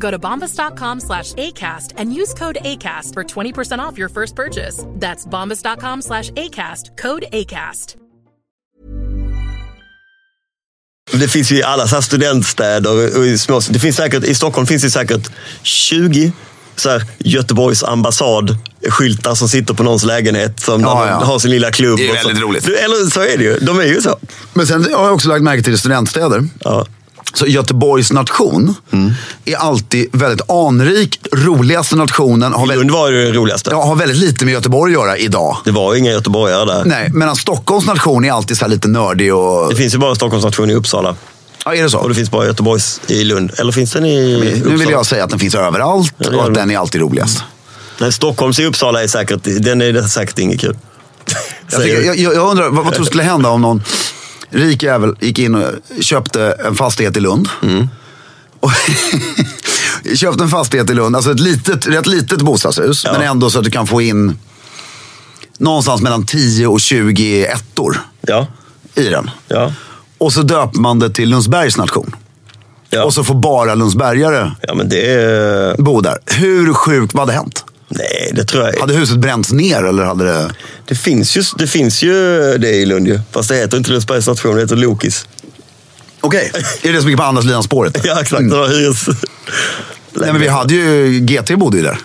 Speaker 3: Go to bombas.com slash ACAST and use code ACAST for 20% off your first purchase. That's bombas.com slash ACAST, code ACAST.
Speaker 2: Det finns ju i alla så här studentstäder och i små... Det finns säkert, I Stockholm finns det säkert 20 så här, Göteborgs ambassad-skyltar som sitter på någons lägenhet. Som
Speaker 1: Ja,
Speaker 2: där de
Speaker 1: ja.
Speaker 2: har sin lilla klubb.
Speaker 1: Det är
Speaker 2: och så.
Speaker 1: väldigt roligt.
Speaker 2: Du, Eller så är det ju. De är ju så.
Speaker 1: Men sen har jag också lagt märke till studentstäder.
Speaker 2: Ja.
Speaker 1: Så Göteborgs nation
Speaker 2: Mm.
Speaker 1: är alltid väldigt anrik, roligaste nationen. Har väldigt,
Speaker 2: Lund var ju den roligaste.
Speaker 1: ja, har väldigt lite med Göteborg att göra idag.
Speaker 2: Det var ju inga göteborgare där.
Speaker 1: Nej, medan Stockholms nation är alltid så här lite nördig och...
Speaker 2: Det finns ju bara Stockholms nation i Uppsala.
Speaker 1: Ja, är det så?
Speaker 2: Och det finns bara Göteborgs i Lund. Eller finns den i Uppsala?
Speaker 1: Nu vill jag säga att den finns överallt
Speaker 2: det
Speaker 1: och
Speaker 2: gör
Speaker 1: att
Speaker 2: den.
Speaker 1: den är alltid roligast.
Speaker 2: Nej, Stockholms i Uppsala är säkert, den är säkert inget kul.
Speaker 1: Jag,
Speaker 2: Säger-
Speaker 1: tycker, jag, jag jag undrar, vad, vad tror du skulle hända om någon rik jävel gick in och köpte en fastighet i Lund?
Speaker 2: Mm.
Speaker 1: Och köpte en fastighet i Lund, alltså ett litet, rätt litet bostadshus, men ändå så att du kan få in någonstans mellan 10 och 20 ettor
Speaker 2: Ja,
Speaker 1: i den.
Speaker 2: ja,
Speaker 1: Och så döper man det till Lundsbergs nation.
Speaker 2: ja.
Speaker 1: Och så får bara Lundsbergare
Speaker 2: ja, men det är...
Speaker 1: bo där. Hur sjukt, vad hade hänt?
Speaker 2: Nej, det tror jag.
Speaker 1: Hade huset bränts ner eller hade det...
Speaker 2: Det finns ju det, finns ju det i Lund ju. Fast det heter inte Lundsbergs station, det heter Lokis.
Speaker 1: Okej, är det som gick på andra sidan spåret?
Speaker 2: Ja, exakt. Det var hyres...
Speaker 1: Mm. Nej, men vi hade ju... GT bodde ju där.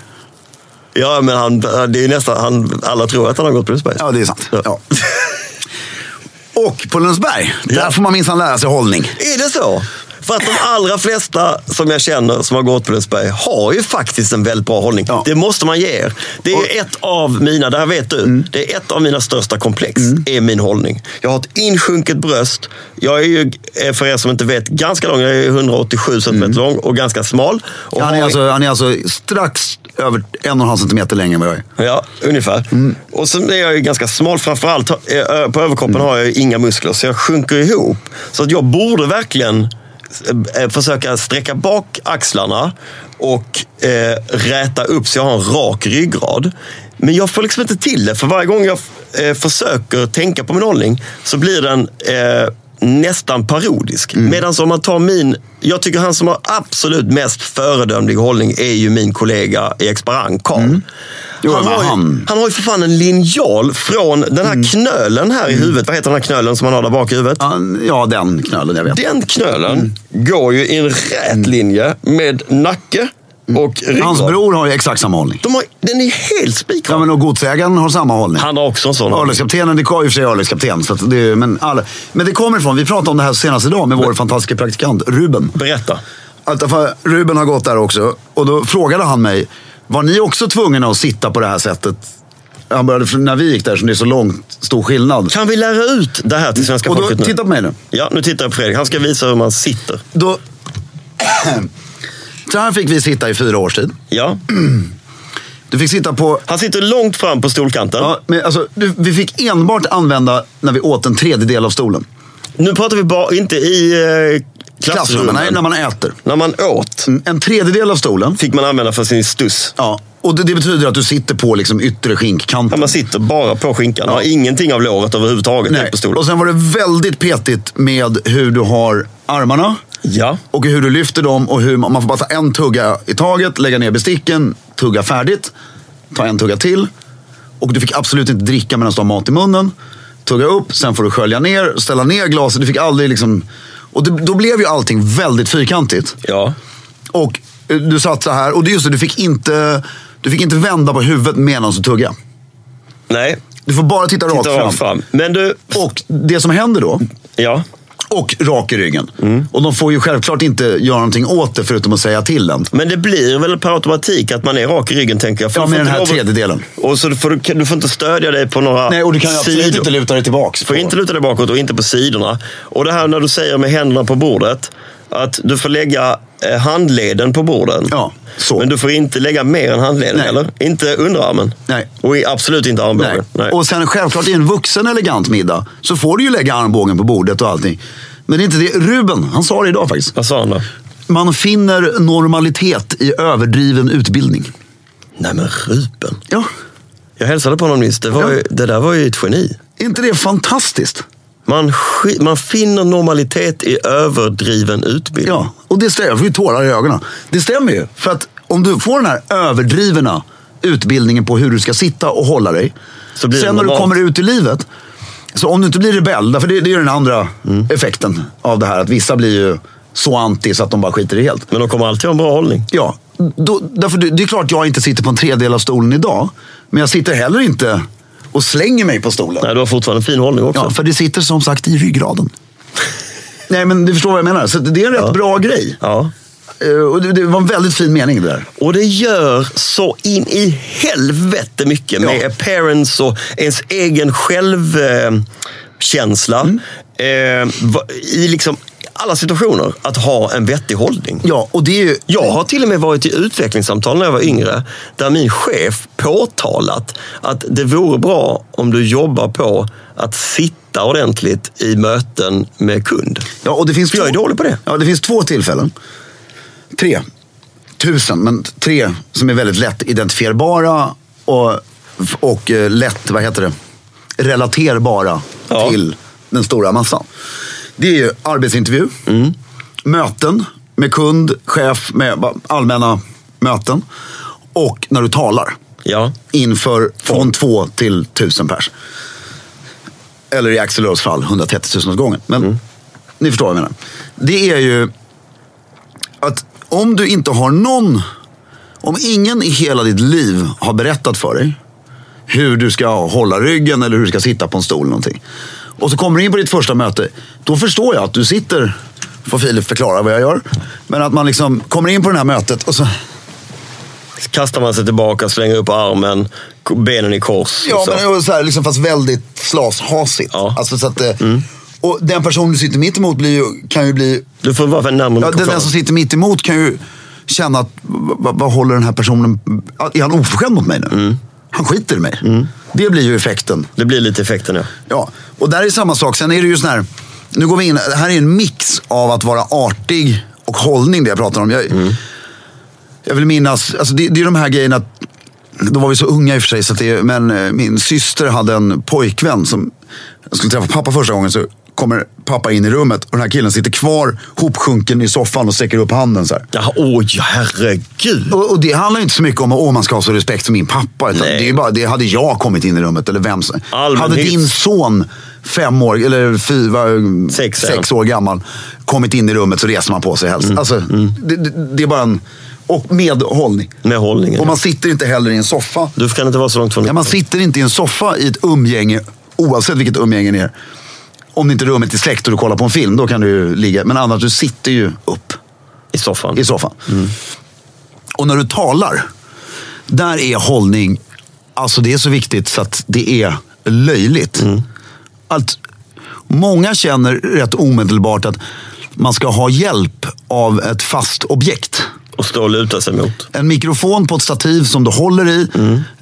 Speaker 2: Ja, men han, det är ju nästan, han, alla tror att han har gått på Lundsbergs.
Speaker 1: Ja, det är sant. Ja. Och på Lundsberg, där
Speaker 2: Ja.
Speaker 1: får man minsann lära sig hållning.
Speaker 2: Är det så? För att de allra flesta som jag känner som har gått på Lundsberg har ju faktiskt en väldigt bra hållning.
Speaker 1: Ja.
Speaker 2: Det måste man ge er. Det är ju ett av mina, det här vet du,
Speaker 1: Mm.
Speaker 2: det är ett av mina största komplex, är min hållning. Jag har ett insjunket bröst. Jag är ju, eh, för er som inte vet, ganska lång. Jag är 187 centimeter lång och ganska smal. Och
Speaker 1: Mm. Han
Speaker 2: har-
Speaker 1: är, alltså, han är alltså strax över en och en halv centimeter längre än vad jag är.
Speaker 2: Ja, ungefär. Och sen är jag ju ganska smal. Framförallt har- eh, ö- på överkroppen har jag ju inga muskler, så jag sjunker ihop. Så att jag borde verkligen eh, eh, försöka sträcka bak axlarna och eh, räta upp så jag har en rak ryggrad. Men jag får liksom inte till det, för varje gång jag eh, försöker tänka på min hållning så blir den eh, nästan parodisk. Medan om man tar min... Jag tycker han som har absolut mest föredömlig hållning är ju min kollega i Exparang, Karl.
Speaker 1: Jo,
Speaker 2: Han
Speaker 1: men
Speaker 2: har, ju,
Speaker 1: han-
Speaker 2: han har ju för fan en linjal från den här knölen här i huvudet. Vad heter den här knölen som han har där bak i huvudet?
Speaker 1: Han, Mm. ja, Mm. den knölen, jag vet.
Speaker 2: Den knölen går ju i en rät linje med nacke och ryggrad.
Speaker 1: Mm. Hans bror har ju exakt samma hållning.
Speaker 2: De har, den är helt spikrak.
Speaker 1: Ja, men och godsägaren har samma hållning.
Speaker 2: Han har också en sån. hållning.
Speaker 1: Örlogskaptenen, det är i och för sig örlogskapten. så att det är- Men, alla- men det kommer ifrån, vi pratade om det här senast idag med vår fantastiska praktikant Ruben.
Speaker 2: Berätta.
Speaker 1: Att för Ruben har gått där också och då frågade han mig, var ni också tvungna att sitta på det här sättet? Han började, för när vi gick där, som det är så långt, stor skillnad.
Speaker 2: Kan vi lära ut det här till svenska
Speaker 1: Mm. Och då,
Speaker 2: folket nu?
Speaker 1: titta på mig nu.
Speaker 2: Ja, nu tittar jag på Fredrik. Han ska visa hur man sitter.
Speaker 1: Då, så här fick vi sitta i fyra års tid.
Speaker 2: Ja.
Speaker 1: Mm. Du fick sitta på...
Speaker 2: Han sitter långt fram på stolkanten.
Speaker 1: Ja, men alltså, du, vi fick enbart använda när vi åt en tredjedel av stolen.
Speaker 2: Nu pratar vi bara, inte i eh, klassrummen.
Speaker 1: Klassrummen, nej, när man äter.
Speaker 2: När man åt
Speaker 1: Mm, En tredjedel av stolen.
Speaker 2: fick man använda för sin stuss.
Speaker 1: Ja, och det, det betyder att du sitter på liksom yttre
Speaker 2: Ja,
Speaker 1: skinkkanten.
Speaker 2: man sitter bara på skinkan. Har ingenting av låret överhuvudtaget ner på stolen.
Speaker 1: Och sen var det väldigt petigt med hur du har armarna.
Speaker 2: Ja.
Speaker 1: Och hur du lyfter dem och hur man får bara ta en tugga i taget, lägga ner besticken, tugga färdigt, ta en tugga till. Och du fick absolut inte dricka medan du har mat i munnen. Tugga upp, sen får du skölja ner, ställa ner glaset. Du fick aldrig liksom... Och det, då blev ju allting väldigt fyrkantigt.
Speaker 2: Ja.
Speaker 1: Och eh, du satt så här. Och det är just det, du fick inte, du fick inte vända på huvudet medan du tuggade.
Speaker 2: Nej.
Speaker 1: Du får bara titta rakt
Speaker 2: Titta
Speaker 1: fram.
Speaker 2: rakt fram. Men du...
Speaker 1: Och det som händer då,
Speaker 2: Ja.
Speaker 1: och rak i ryggen. Och de får ju självklart inte göra någonting åt det förutom att säga till den.
Speaker 2: Men det blir väl per automatik att man är rak i ryggen, tänker jag. För
Speaker 1: Ja,
Speaker 2: du får
Speaker 1: med den
Speaker 2: inte
Speaker 1: här
Speaker 2: lov att-
Speaker 1: tredjedelen.
Speaker 2: Och så du får du, du får inte stödja dig på några
Speaker 1: Nej, och du kan ju absolut
Speaker 2: sidor.
Speaker 1: inte luta dig tillbaks.
Speaker 2: får inte luta dig bakåt och inte på sidorna. Och det här när du säger med händerna på bordet, att du får lägga eh, handleden på borden.
Speaker 1: Ja, så.
Speaker 2: Men du får inte lägga mer än handleden,
Speaker 1: Nej.
Speaker 2: eller? Inte underarmen.
Speaker 1: Nej.
Speaker 2: Och i- absolut inte
Speaker 1: Nej.
Speaker 2: armbågen. Nej.
Speaker 1: Och sen självklart i en vuxen elegant middag så får du ju lägga armbågen på bordet och allting. Men det är inte det. Ruben, han sa det idag faktiskt.
Speaker 2: Vad sa han då?
Speaker 1: Man finner normalitet i överdriven utbildning.
Speaker 2: Nej men Ruben.
Speaker 1: Ja,
Speaker 2: Jag hälsade på honom nyss. Det, var
Speaker 1: Ja.
Speaker 2: ju, det där var ju ett geni.
Speaker 1: är inte det fantastiskt?
Speaker 2: Man, sk- man finner normalitet i överdriven utbildning.
Speaker 1: Ja, och det stämmer. Jag får ju tårar i ögonen. Det stämmer ju. För att om du får den här överdrivna utbildningen på hur du ska sitta och hålla dig.
Speaker 2: Så blir det
Speaker 1: sen när du
Speaker 2: normalt.
Speaker 1: kommer ut i livet. Så om du inte blir rebell, för det, det är ju den andra
Speaker 2: Mm.
Speaker 1: effekten av det här. Att vissa blir ju så anti så att de bara skiter i helt.
Speaker 2: Men de kommer alltid ha en bra hållning.
Speaker 1: Ja, då, därför det, det är klart jag inte sitter på en tredjedel av stolen idag. Men jag sitter heller inte och slänger mig på stolen.
Speaker 2: Nej, du har fortfarande en fin hållning också.
Speaker 1: Ja, för det sitter som sagt i ryggraden. Nej, men du förstår vad jag menar. Så det är en rätt bra grej.
Speaker 2: Ja.
Speaker 1: Eh, Och det, det var en väldigt fin mening det där.
Speaker 2: Och det gör så in i helvete mycket med
Speaker 1: Ja.
Speaker 2: appearance och ens egen självkänsla.
Speaker 1: Mm.
Speaker 2: Eh, va- I liksom alla situationer, att ha en vettig hållning.
Speaker 1: Ja, och det är ju...
Speaker 2: Jag har till och med varit i utvecklingssamtal när jag var yngre där min chef påtalat att det vore bra om du jobbar på att sitta ordentligt i möten med kund.
Speaker 1: Ja, och det finns
Speaker 2: För jag är
Speaker 1: två-
Speaker 2: dålig på det.
Speaker 1: Ja, det finns två tillfällen. Tre. Tusen, men tre som är väldigt lätt identifierbara och, och eh, lätt, vad heter det, relaterbara
Speaker 2: Ja.
Speaker 1: till den stora massan. Det är ju arbetsintervju, möten med kund, chef, med bara allmänna möten och när du talar.
Speaker 2: Ja,
Speaker 1: inför från två till tusen pers. Eller i Axel Lööfs fall 130 000 åt gången. Men ni förstår vad jag menar. Det är ju att om du inte har någon, om ingen i hela ditt liv har berättat för dig hur du ska hålla ryggen eller hur du ska sitta på en stol eller någonting. Och så kommer du in på ditt första möte. Då förstår jag att du sitter, får Filip förklara vad jag gör. Men att man liksom kommer in på det här mötet och så
Speaker 2: kastar man sig tillbaka, slänger upp armen, k- benen i kors.
Speaker 1: Ja,
Speaker 2: och så.
Speaker 1: men det var så här, liksom, fast väldigt slashasigt.
Speaker 2: Ja.
Speaker 1: Alltså, så att, eh, Och den personen du sitter mitt emot blir ju, kan ju bli...
Speaker 2: Du får vara närmare
Speaker 1: Ja, den,
Speaker 2: mikrofonen.
Speaker 1: den som sitter mitt emot kan ju känna att, vad- vad vad håller den här personen... Är han oförskämd mot mig nu? Han skiter i mig. Det blir ju effekten.
Speaker 2: Det blir lite effekten, ja.
Speaker 1: Ja, och där är samma sak. Sen är det ju sån här, nu går vi in, det här är en mix av att vara artig och hållning det jag pratar om. Jag, jag vill minnas, alltså det, det är de här grejerna, att- då var vi så unga i och för sig, så att det, men eh, min syster hade en pojkvän som jag skulle träffa pappa första gången. så kommer pappa in i rummet och den här killen sitter kvar hopsjunken i soffan och sträcker upp handen så här.
Speaker 2: Jaha, oj, herregud.
Speaker 1: Och, och det handlar ju inte så mycket om att åh, man ska ha så respekt för min pappa. Utan det,
Speaker 2: Nej.
Speaker 1: är ju bara, det hade jag kommit in i rummet, eller vem som
Speaker 2: Allmän
Speaker 1: Hade
Speaker 2: hyfs.
Speaker 1: din son, fem år, eller fyra,
Speaker 2: Sex, Mm.
Speaker 1: sex år gammal, kommit in i rummet så reser man på sig helst. Alltså, Det, det, det är bara en... Och med hållning.
Speaker 2: Med hållningen.
Speaker 1: Och man sitter inte heller i en soffa.
Speaker 2: Du kan inte vara så långt från
Speaker 1: Ja, man sitter inte i en soffa i ett umgänge, oavsett vilket umgänge det är. Om det inte är rummet är släkt och du kollar på en film, då kan du ju ligga. Men annars, du sitter ju upp
Speaker 2: i soffan.
Speaker 1: i soffan. Och när du talar, där är hållning, alltså det är så viktigt så att det är löjligt. Att många känner rätt omedelbart att man ska ha hjälp av ett fast objekt.
Speaker 2: Och stå och luta sig mot.
Speaker 1: En mikrofon på ett stativ som du håller i.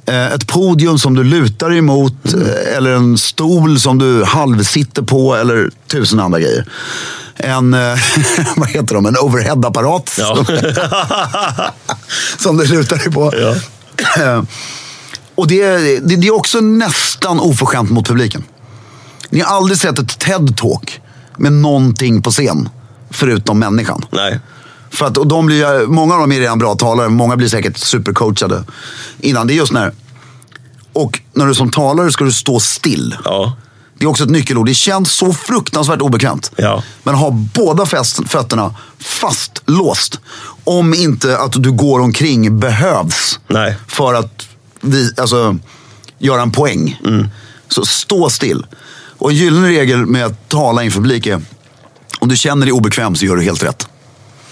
Speaker 1: eh, Ett podium som du lutar dig emot.
Speaker 2: Mm.
Speaker 1: eh, Eller en stol som du halvsitter på. Eller tusen andra grejer. En, eh, vad heter de? En overhead-apparat.
Speaker 2: Ja.
Speaker 1: som du lutar dig på.
Speaker 2: Ja.
Speaker 1: Eh, Och det, är- det, det är också nästan oförskämt mot publiken. Ni har aldrig sett ett TED-talk med någonting på scen, förutom människan.
Speaker 2: Nej.
Speaker 1: För att, och de blir, ju- många av dem är redan bra talare, många blir säkert supercoachade innan. Det är just när... Och när du som talare ska du stå still.
Speaker 2: Ja.
Speaker 1: Det är också ett nyckelord. Det känns så fruktansvärt obekvämt.
Speaker 2: Ja.
Speaker 1: Men ha båda fäst- fötterna fastlåst. Om inte att du går omkring behövs
Speaker 2: Nej.
Speaker 1: för att vi, alltså, göra en poäng.
Speaker 2: Mm.
Speaker 1: Så stå still. Och en gyllene regel med att tala inför publik är om du känner dig obekväm så gör du helt rätt.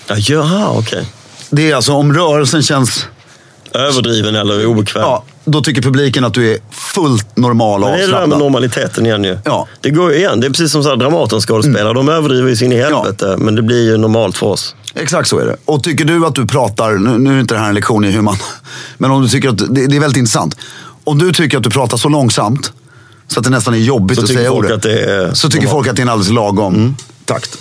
Speaker 2: Ja, jaha, okej.
Speaker 1: Det är alltså om rörelsen känns...
Speaker 2: Överdriven eller obekväm.
Speaker 1: Ja, då tycker publiken att du är fullt normal och
Speaker 2: Men det är det där med
Speaker 1: avslappnad.
Speaker 2: normaliteten igen ju.
Speaker 1: Ja. Mm.
Speaker 2: Det går ju igen. Det är precis som så här Dramatenskådespelare. De överdriver ju sin i helvete. Men det blir ju normalt för oss.
Speaker 1: Exakt så är det. Och tycker du att du pratar, nu, nu är inte det här en lektion i hur man... Men om du tycker att, det, det är väldigt intressant. Om du tycker att du pratar så långsamt så att det nästan är jobbigt
Speaker 2: Så
Speaker 1: att
Speaker 2: tycker
Speaker 1: säga
Speaker 2: folk
Speaker 1: ordet.
Speaker 2: att det är... Mm.
Speaker 1: så tycker folk att det är en alldeles lagom takt.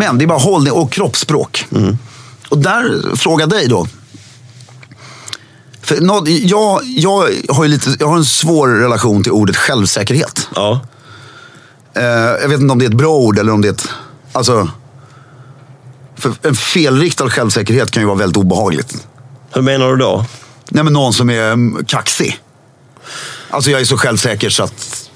Speaker 1: igen, det är bara hållning och kroppsspråk.
Speaker 2: Mm.
Speaker 1: Och där, fråga dig då. För något, jag, jag, har ju lite, jag har en svår relation till ordet självsäkerhet.
Speaker 2: Ja.
Speaker 1: Eh, jag vet inte om det är ett bra ord eller om det är ett... Alltså, för en felriktad självsäkerhet kan ju vara väldigt obehagligt.
Speaker 2: Hur menar du då?
Speaker 1: Nej, men någon som är mm, kaxig. Alltså jag är så självsäker så att...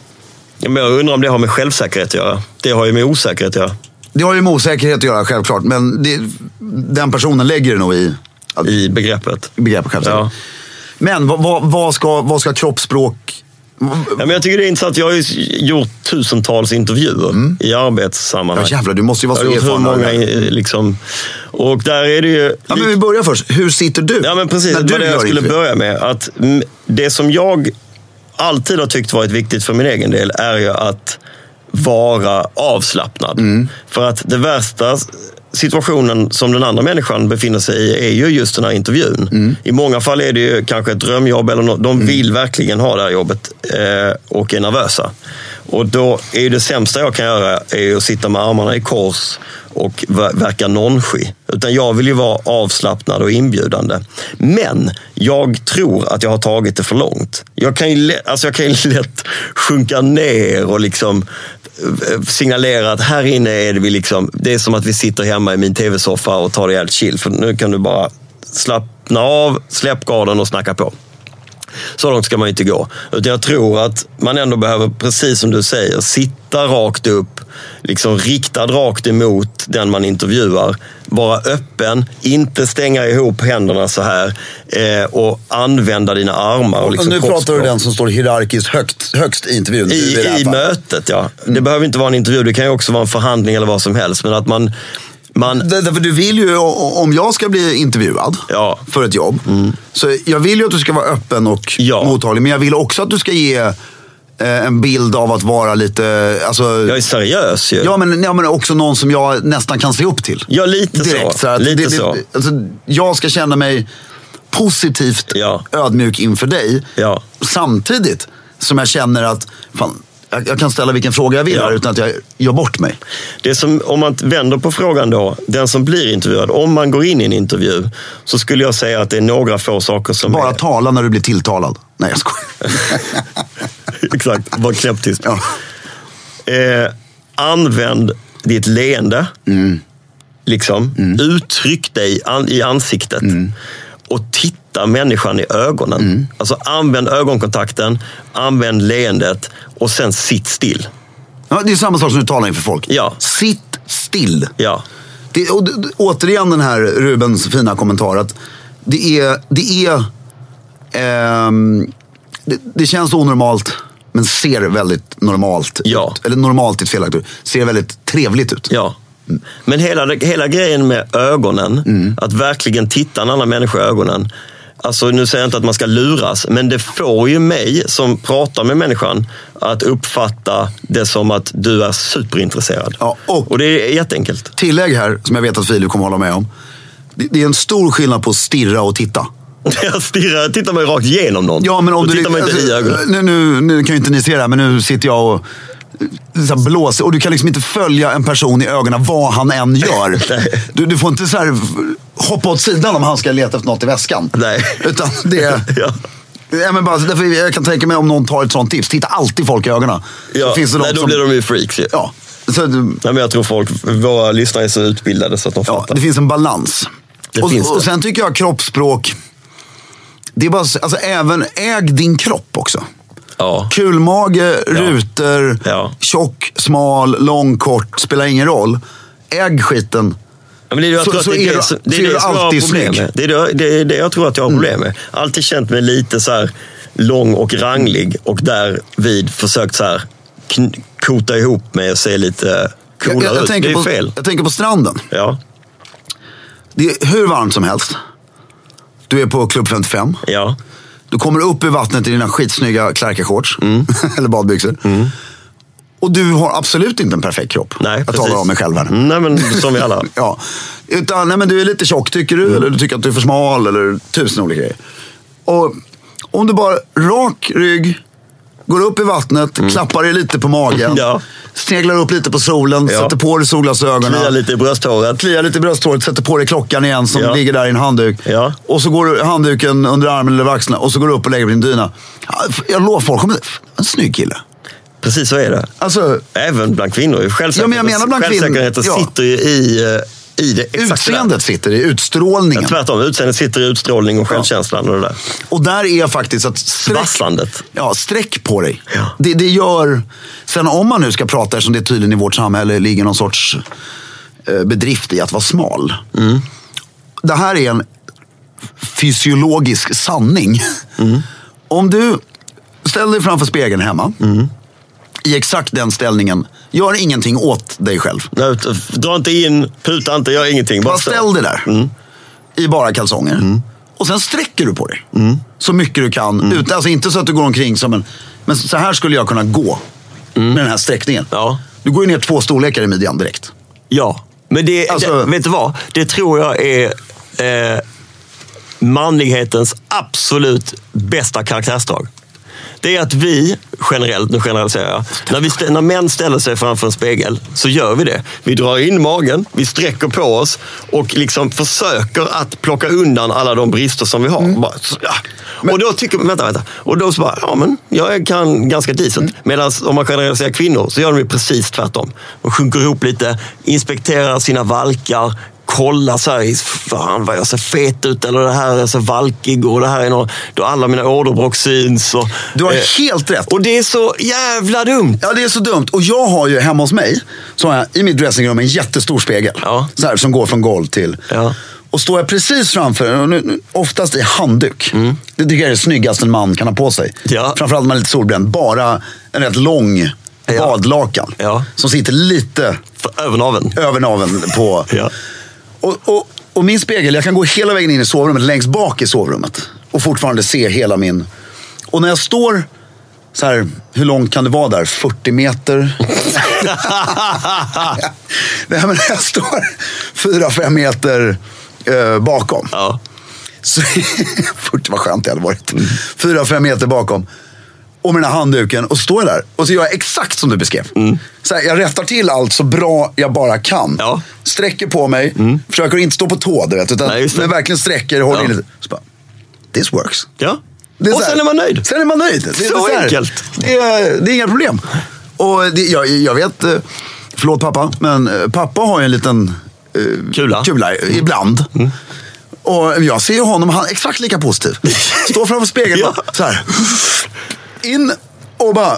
Speaker 2: Ja, men jag undrar om det har med självsäkerhet att göra. Det har ju med osäkerhet att göra.
Speaker 1: Det har ju med osäkerhet att göra självklart, men det, den personen lägger det nog i att-
Speaker 2: I begreppet.
Speaker 1: begreppet självsäkerhet.
Speaker 2: Ja.
Speaker 1: Men vad, vad, vad, ska, vad ska kroppsspråk...
Speaker 2: Ja, men jag tycker det är intressant. Jag har ju gjort tusentals intervjuer i arbetssammanhang.
Speaker 1: Mm. Ja jävlar, du måste ju vara
Speaker 2: jag
Speaker 1: så
Speaker 2: har gjort
Speaker 1: erfaren.
Speaker 2: hur
Speaker 1: av det
Speaker 2: många,
Speaker 1: här.
Speaker 2: eh, liksom... Och där är det ju...
Speaker 1: Ja, men vi börjar först. Hur sitter du?
Speaker 2: Ja, men precis.
Speaker 1: När
Speaker 2: Det
Speaker 1: du
Speaker 2: var det
Speaker 1: gör
Speaker 2: jag skulle
Speaker 1: intervju-
Speaker 2: börja med. Att mm, det som jag alltid har tyckt varit viktigt för min egen del är ju att vara avslappnad.
Speaker 1: Mm.
Speaker 2: För att det värsta situationen som den andra människan befinner sig i är ju just den här intervjun.
Speaker 1: Mm.
Speaker 2: I många fall är det ju kanske ett drömjobb. eller nå- De vill verkligen ha det här jobbet eh, och är nervösa. Och då är ju det sämsta jag kan göra är ju att sitta med armarna i kors och ver- verka nonchig. Utan jag vill ju vara avslappnad och inbjudande. Men jag tror att jag har tagit det för långt. Jag kan ju, lä- alltså jag kan ju lätt sjunka ner och liksom eh, signalera att här inne är det, vi liksom, det är som att vi sitter hemma i min tv-soffa och tar det jävligt chill. För nu kan du bara slappna av, släpp garden och snacka på. Så långt ska man ju inte gå. Utan jag tror att man ändå behöver, precis som du säger, sitta rakt upp, liksom riktad rakt emot den man intervjuar. Vara öppen, inte stänga ihop händerna så här eh, och använda dina armar. Och liksom
Speaker 1: och nu pratar
Speaker 2: kroppsspråk.
Speaker 1: du den som står hierarkiskt högt, högst i intervjun.
Speaker 2: I,
Speaker 1: det här
Speaker 2: i
Speaker 1: fallet. Mm.
Speaker 2: mötet, ja. Det behöver inte vara en intervju, det kan ju också vara en förhandling eller vad som helst. Men att man... man
Speaker 1: Där- Därför du vill ju, o- o- om jag ska bli intervjuad
Speaker 2: Ja. Mm.
Speaker 1: för ett jobb. Så jag vill ju att du ska vara öppen och
Speaker 2: Ja.
Speaker 1: mottaglig. Men jag vill också att du ska ge eh, en bild av att vara lite... Alltså,
Speaker 2: jag är seriös ju.
Speaker 1: ja, men, ja, men också någon som jag nästan kan se upp till.
Speaker 2: Ja, lite
Speaker 1: Direkt.
Speaker 2: så.
Speaker 1: så att
Speaker 2: lite
Speaker 1: det, det,
Speaker 2: så.
Speaker 1: Alltså, jag ska känna mig positivt
Speaker 2: Ja.
Speaker 1: ödmjuk inför dig.
Speaker 2: Ja.
Speaker 1: Samtidigt som jag känner att fan, jag, jag kan ställa vilken fråga jag vill
Speaker 2: Ja.
Speaker 1: här utan att jag gör bort mig.
Speaker 2: Det som, om man vänder på frågan då, den som blir intervjuad, om man går in i en intervju så skulle jag säga att det är några få saker som
Speaker 1: Bara
Speaker 2: är...
Speaker 1: tala när du blir tilltalad. Nej, jag skojar.
Speaker 2: Exakt, var knäpptyst.
Speaker 1: Ja.
Speaker 2: Eh, använd ditt leende.
Speaker 1: Mm.
Speaker 2: Liksom. Uttryck dig an, i ansiktet.
Speaker 1: Mm.
Speaker 2: Och titta människan i ögonen. Alltså använd ögonkontakten, använd leendet och sen sitt still.
Speaker 1: Ja, det är samma sak som du talar inför folk.
Speaker 2: Ja.
Speaker 1: Sitt still.
Speaker 2: Ja,
Speaker 1: Det, och, d- d- återigen den här Rubens fina kommentar. Att det är... Det, är ehm, det, det känns onormalt, men ser väldigt normalt
Speaker 2: Ja.
Speaker 1: ut. Eller normalt är ett felaktigt ord. Ser väldigt trevligt ut.
Speaker 2: ja. Men hela, hela grejen med ögonen,
Speaker 1: Mm.
Speaker 2: att verkligen titta en annan människa i ögonen. Alltså nu säger jag inte att man ska luras, men det får ju mig som pratar med människan att uppfatta det som att du är superintresserad.
Speaker 1: Ja, och-
Speaker 2: och det är jätteenkelt.
Speaker 1: Tillägg här, som jag vet att Filip kommer hålla med om. Det, det är en stor skillnad på stirra och titta.
Speaker 2: Jag stirrar, jag tittar mig rakt igenom någon.
Speaker 1: Ja, men om
Speaker 2: Då
Speaker 1: du... alltså,
Speaker 2: tittar man inte i ögonen.
Speaker 1: nu, nu, nu kan ju inte ni se det här, men nu sitter jag och eh, så här blåser. Och du kan liksom inte följa en person i ögonen vad han än gör. du, du får inte så här hoppa åt sidan om han ska leta efter något i väskan.
Speaker 2: Nej.
Speaker 1: Utan det...
Speaker 2: Ja.
Speaker 1: Ja, men bara, därför jag kan tänka mig om någon tar ett sånt tips. Titta alltid folk i ögonen.
Speaker 2: Ja.
Speaker 1: Så finns det
Speaker 2: Nej,
Speaker 1: någon
Speaker 2: då
Speaker 1: som,
Speaker 2: blir de ju freaks ju.
Speaker 1: Ja. Så, du-
Speaker 2: Nej, men jag tror folk, våra lyssnare är så utbildade så att de
Speaker 1: Ja,
Speaker 2: fattar.
Speaker 1: det finns en balans.
Speaker 2: Det
Speaker 1: och,
Speaker 2: finns det.
Speaker 1: och sen tycker jag kroppsspråk. Det är bara, så- alltså även, äg din kropp också.
Speaker 2: Ja.
Speaker 1: Kulmage, rutor,
Speaker 2: Ja.
Speaker 1: tjock, smal, lång, kort, spelar ingen roll. Äg skiten.
Speaker 2: Ja, Men det är det jag
Speaker 1: Så-
Speaker 2: tror att
Speaker 1: så
Speaker 2: det
Speaker 1: är
Speaker 2: är
Speaker 1: du-
Speaker 2: det som- det
Speaker 1: så
Speaker 2: är
Speaker 1: är
Speaker 2: det
Speaker 1: du
Speaker 2: som jag har
Speaker 1: alltid Mm.
Speaker 2: problem
Speaker 1: snygg.
Speaker 2: med. Det är det- det är det jag tror att jag har problem med. Alltid känt mig lite så här lång och ranglig och därvid försökt så här kn- kota ihop mig och se lite
Speaker 1: Jag, jag,
Speaker 2: coolare
Speaker 1: jag,
Speaker 2: ut. Det
Speaker 1: tänker
Speaker 2: är
Speaker 1: på,
Speaker 2: fel.
Speaker 1: jag tänker på stranden.
Speaker 2: Ja,
Speaker 1: Det är hur varmt som helst. Du är på klubb 55.
Speaker 2: ja,
Speaker 1: Du kommer upp i vattnet i dina skitsnygga Clarka-shorts.
Speaker 2: Mm.
Speaker 1: Eller badbyxor. Och du har absolut inte en perfekt kropp.
Speaker 2: nej,
Speaker 1: jag
Speaker 2: precis. Mm.
Speaker 1: talar om mig själv här nu.
Speaker 2: Nej, men som vi alla.
Speaker 1: Ja. Utan, nej men du är lite tjock tycker du, eller du tycker att du är för smal, eller tusen olika grejer. Och om du bara rak rygg, Går upp i vattnet, klappar dig lite på magen.
Speaker 2: Mm. Ja.
Speaker 1: Sneglar upp lite på solen,
Speaker 2: Ja.
Speaker 1: sätter på dig solglasögonen.
Speaker 2: Kliar lite i brösthåret.
Speaker 1: kliar lite i brösthåret, sätter på dig klockan igen som
Speaker 2: Ja.
Speaker 1: ligger där i en handduk.
Speaker 2: Ja.
Speaker 1: Och så går du handduken under armen eller över axlarna och så går du upp och lägger på din dyna. Ja, Jag lovar, folk kommer... En snygg kille.
Speaker 2: Precis så är det.
Speaker 1: Alltså,
Speaker 2: Även bland kvinnor. ju. Självsäkerhet-
Speaker 1: Ja, men jag menar bland kvinnor,
Speaker 2: Självsäkerheten
Speaker 1: ja.
Speaker 2: sitter ju i, eh, i det exakta.
Speaker 1: utseendet sitter i utstrålningen.
Speaker 2: Ja, tvärtom, utseendet sitter i utstrålning och självkänslan. Och det där.
Speaker 1: och där är faktiskt att sträck,
Speaker 2: Vasslandet.
Speaker 1: ja, sträck på dig.
Speaker 2: Ja.
Speaker 1: Det, det gör... Sen om man nu ska prata, eftersom det tydligen i vårt samhälle ligger någon sorts eh, bedrift i att vara smal. Det här är en fysiologisk sanning. Om du ställer dig framför spegeln hemma. I exakt den ställningen. Gör ingenting åt dig själv.
Speaker 2: Nej, ut- Dra inte in, puta inte, gör ingenting.
Speaker 1: Bara
Speaker 2: stå.
Speaker 1: ställ dig där.
Speaker 2: Mm.
Speaker 1: I bara kalsonger. Och sen sträcker du på dig.
Speaker 2: Mm.
Speaker 1: Så mycket du kan. Ut, alltså inte så att du går omkring som en... Men så här skulle jag kunna gå. Med den här sträckningen.
Speaker 2: Mm. Ja.
Speaker 1: Du går ju ner två storlekar i midjan direkt.
Speaker 2: Ja, men det,
Speaker 1: Alltså-
Speaker 2: det, vet du vad? Det tror jag är eh, manlighetens absolut bästa karaktärsdrag. Det är att vi, generellt, nu generaliserar jag, när, vi, stä- när män ställer sig framför en spegel så gör vi det. Vi drar in magen, vi sträcker på oss och liksom försöker att plocka undan alla de brister som vi har. Bara, så, ja. och då tycker vänta, vänta. Och då så bara, ja men jag kan ganska decent. Medan om man generaliserar kvinnor så gör de ju precis tvärtom. De sjunker ihop lite, inspekterar sina valkar, kollar så här, fan vad jag ser fet ut eller det här är jag så valkig och det här är någon, då alla mina åderbråck syns. Och,
Speaker 1: Du har
Speaker 2: eh,
Speaker 1: helt rätt.
Speaker 2: och det är så jävla dumt.
Speaker 1: Ja, det är så dumt. Och jag har ju hemma hos mig, så har jag i mitt dressingrum en jättestor spegel.
Speaker 2: Ja.
Speaker 1: Så här, som går från golv till...
Speaker 2: Ja.
Speaker 1: Och står jag precis framför den, och nu- nu- oftast i handduk. Det tycker jag är det snyggaste en man kan ha på sig.
Speaker 2: Mm. Ja.
Speaker 1: Framförallt om man är lite solbränd. Bara en rätt lång
Speaker 2: Ja.
Speaker 1: badlakan.
Speaker 2: Ja.
Speaker 1: Som sitter lite
Speaker 2: För övernaveln.
Speaker 1: över naveln på...
Speaker 2: Ja.
Speaker 1: Och, och, och min spegel, jag kan gå hela vägen in i sovrummet, längst bak i sovrummet. Och fortfarande se hela min... Och när jag står så här, hur långt kan det vara där? 40 meter? Nej, men när jag står 4-5 meter eh, bakom.
Speaker 2: Ja.
Speaker 1: Så, 40, vad skönt det hade varit. 4-5 meter bakom. Och med den här handduken och står jag där. Och så gör jag exakt som du beskrev.
Speaker 2: Mm.
Speaker 1: Så här, jag rättar till allt så bra jag bara kan.
Speaker 2: Ja. Mm.
Speaker 1: Sträcker på mig. Försöker inte stå på tå, du vet. Utan
Speaker 2: Nej, just det.
Speaker 1: men verkligen sträcker, håller
Speaker 2: Ja.
Speaker 1: in lite. Så bara, this works.
Speaker 2: ja.
Speaker 1: Det
Speaker 2: Och
Speaker 1: så här-
Speaker 2: sen är man nöjd.
Speaker 1: Sen är man nöjd. Det är
Speaker 2: Så
Speaker 1: här-
Speaker 2: enkelt.
Speaker 1: Det är, det är inga problem. Och det, jag, jag vet, eh, förlåt pappa, men eh, pappa har ju en liten eh,
Speaker 2: Kula. Mm.
Speaker 1: kula eh, ibland. Och jag ser ju honom, han är exakt lika positiv. Står framför spegeln
Speaker 2: Ja.
Speaker 1: bara, så här. In och bara,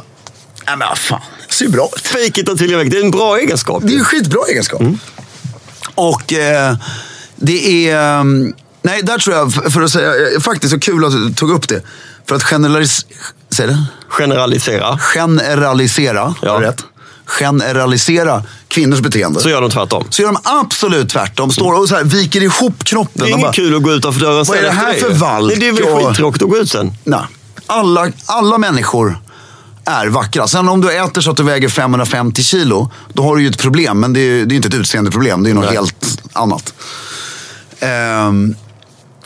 Speaker 1: nej men vad fan, jag ser ju bra ut.
Speaker 2: Fake it until you make it. Det är en bra egenskap.
Speaker 1: Det är ju en skitbra egenskap.
Speaker 2: Mm.
Speaker 1: Och eh, det är... ehm, Nej, där tror jag, f- för att säga, eh, faktiskt så kul att du tog upp det. För att generalis... Säg det?
Speaker 2: Generalisera.
Speaker 1: Generalisera,
Speaker 2: Ja.
Speaker 1: har jag rätt? Generalisera kvinnors beteende.
Speaker 2: Så gör de tvärtom.
Speaker 1: Så gör de absolut tvärtom. Står och så här, viker ihop kroppen.
Speaker 2: Det är
Speaker 1: De
Speaker 2: inget
Speaker 1: bara-
Speaker 2: kul att gå utanför dörren sen
Speaker 1: är det
Speaker 2: efter
Speaker 1: här för valk
Speaker 2: Nej, det är väl
Speaker 1: och-
Speaker 2: skittråkigt att gå ut sen.
Speaker 1: Nej. Alla, alla människor är vackra. Sen om du äter så att du väger 550 kilo, då har du ju ett problem. Men det är, ju- det är inte ett utseendeproblem, det är något
Speaker 2: Nej.
Speaker 1: helt annat. Ehm,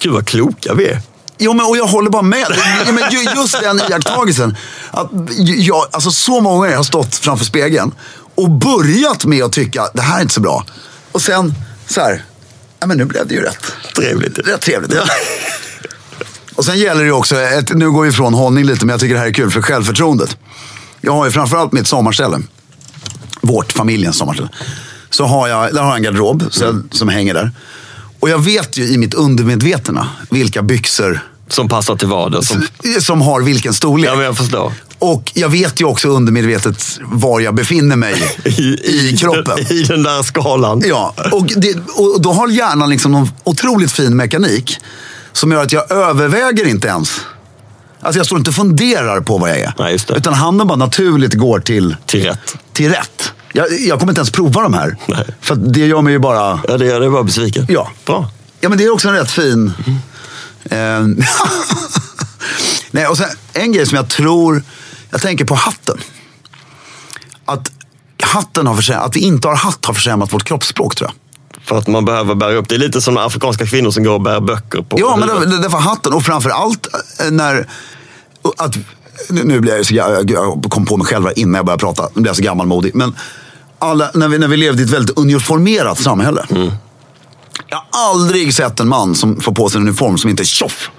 Speaker 2: Gud vad kloka vi är.
Speaker 1: jo, men, och jag håller bara med. Jo, men ju- just den iakttagelsen. Att jag, alltså, så många gånger har jag stått framför spegeln och börjat med att tycka, det här är inte så bra. Och sen så här, ja men nu blev det ju rätt.
Speaker 2: Trevligt.
Speaker 1: Rätt trevligt. Och sen gäller det ju också, ett, nu går vi ifrån hållning lite, men jag tycker det här är kul för självförtroendet. Jag har ju framförallt mitt sommarställe, vårt, familjens sommarställe. Så har jag, där har jag en garderob så jag, som hänger där. Och jag vet ju i mitt undermedvetna vilka byxor
Speaker 2: Som passar till vardags. Som...
Speaker 1: som har vilken storlek.
Speaker 2: Ja, men jag förstår.
Speaker 1: Och jag vet ju också undermedvetet var jag befinner mig i kroppen.
Speaker 2: I den där skalan.
Speaker 1: Ja, och, det, och då har hjärnan liksom en otroligt fin mekanik som gör att jag överväger inte ens. Alltså jag står inte och funderar på vad jag är.
Speaker 2: Nej, just det.
Speaker 1: Utan handen bara naturligt går till,
Speaker 2: Till rätt.
Speaker 1: till rätt. Jag, jag kommer inte ens prova de här.
Speaker 2: Nej.
Speaker 1: För att det gör mig ju bara...
Speaker 2: Ja, det gör dig bara besviken.
Speaker 1: Ja.
Speaker 2: Bra.
Speaker 1: Ja, men det är också en rätt fin... Eh, Nej, och sen en grej som jag tror... Jag tänker på hatten. Att hatten har försämrat, att vi inte har hatt har försämrat vårt kroppsspråk tror jag.
Speaker 2: För att man behöver bära upp. Det är lite som afrikanska kvinnor som går och bär böcker på
Speaker 1: Ja, men
Speaker 2: huvudet.
Speaker 1: det, det var hatten. Och framför allt eh, när... och Att nu, nu blir jag så gammal, jag kom på mig själv här innan jag började prata. Nu blir jag så gammalmodig. Men alla, när, vi, när vi levde i ett väldigt uniformerat samhälle. Jag har aldrig sett en man som får på sig en uniform som inte tjoff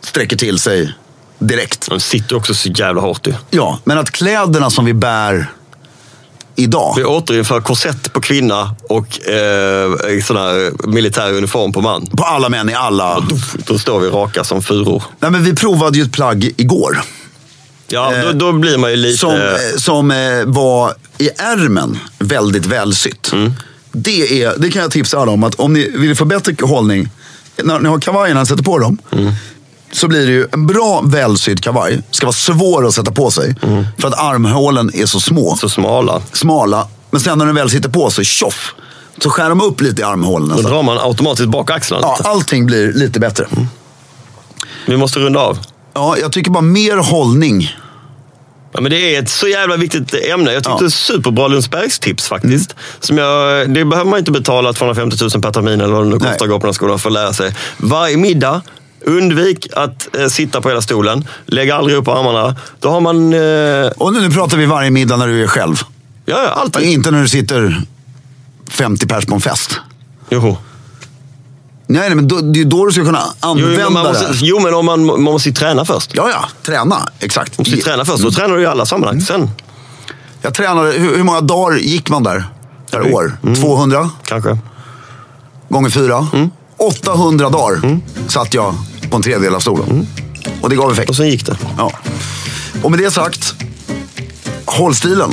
Speaker 1: sträcker till sig direkt.
Speaker 2: De sitter också så jävla hårt ju.
Speaker 1: Ja, men att kläderna som vi bär idag.
Speaker 2: Vi återinför korsett på kvinna och eh, sån här militär uniform på man.
Speaker 1: På alla män i alla...
Speaker 2: Då står vi raka som furor.
Speaker 1: Nej, men vi provade ju ett plagg igår.
Speaker 2: Ja, då, då blir man ju lite...
Speaker 1: Eh, Som, eh, som eh, var i ärmen väldigt välsytt.
Speaker 2: Mm.
Speaker 1: Det, är, det kan jag tipsa alla om. att Om ni vill få bättre hållning. När ni har kavajerna och sätter på dem.
Speaker 2: Mm.
Speaker 1: Så blir det ju en bra välsydd kavaj. Ska vara svår att sätta på sig. För att armhålen är så små.
Speaker 2: Mm. så smala.
Speaker 1: Smala. Men sen när den väl sitter på så tjoff. Så skär de upp lite i armhålorna.
Speaker 2: Då
Speaker 1: Så att-
Speaker 2: drar man automatiskt bak axlarna
Speaker 1: alltså- Ja,
Speaker 2: lite.
Speaker 1: allting blir lite bättre.
Speaker 2: Mm. Vi måste runda av.
Speaker 1: Ja, jag tycker bara mer hållning.
Speaker 2: Ja, men det är ett så jävla viktigt ämne. Jag tyckte
Speaker 1: Ja. Mm.
Speaker 2: det var superbra Lundsbergstips faktiskt. Som jag, det behöver man inte betala 250 000 per termin eller vad det nu
Speaker 1: Nej.
Speaker 2: kostar att gå på den här skolan för att lära sig. Varje middag, undvik att eh, sitta på hela stolen. Lägg aldrig upp armarna. Då har man... Eh, ja,
Speaker 1: Och nu, nu pratar vi varje middag när du är själv.
Speaker 2: ja,
Speaker 1: Ja,
Speaker 2: alltid.
Speaker 1: Inte när du sitter 50 pers på en fest.
Speaker 2: Joho.
Speaker 1: Nej, nej men då, det är ju då du ska kunna
Speaker 2: Jo,
Speaker 1: använda
Speaker 2: men man måste,
Speaker 1: det.
Speaker 2: jo, men om man, man måste ju träna först.
Speaker 1: Ja, ja. Träna. Exakt.
Speaker 2: Man måste ju träna först. Då tränar du i alla sammanhang. Sen
Speaker 1: Jag tränade. Hur, hur många dagar gick man där? Per
Speaker 2: Mm.
Speaker 1: år? 200
Speaker 2: kanske.
Speaker 1: gånger 4?
Speaker 2: Mm.
Speaker 1: 800 dagar satt jag på en tredjedel av stolen. Och det gav effekt.
Speaker 2: Mm. Och sen gick det.
Speaker 1: Ja. Och med det sagt, håll stilen.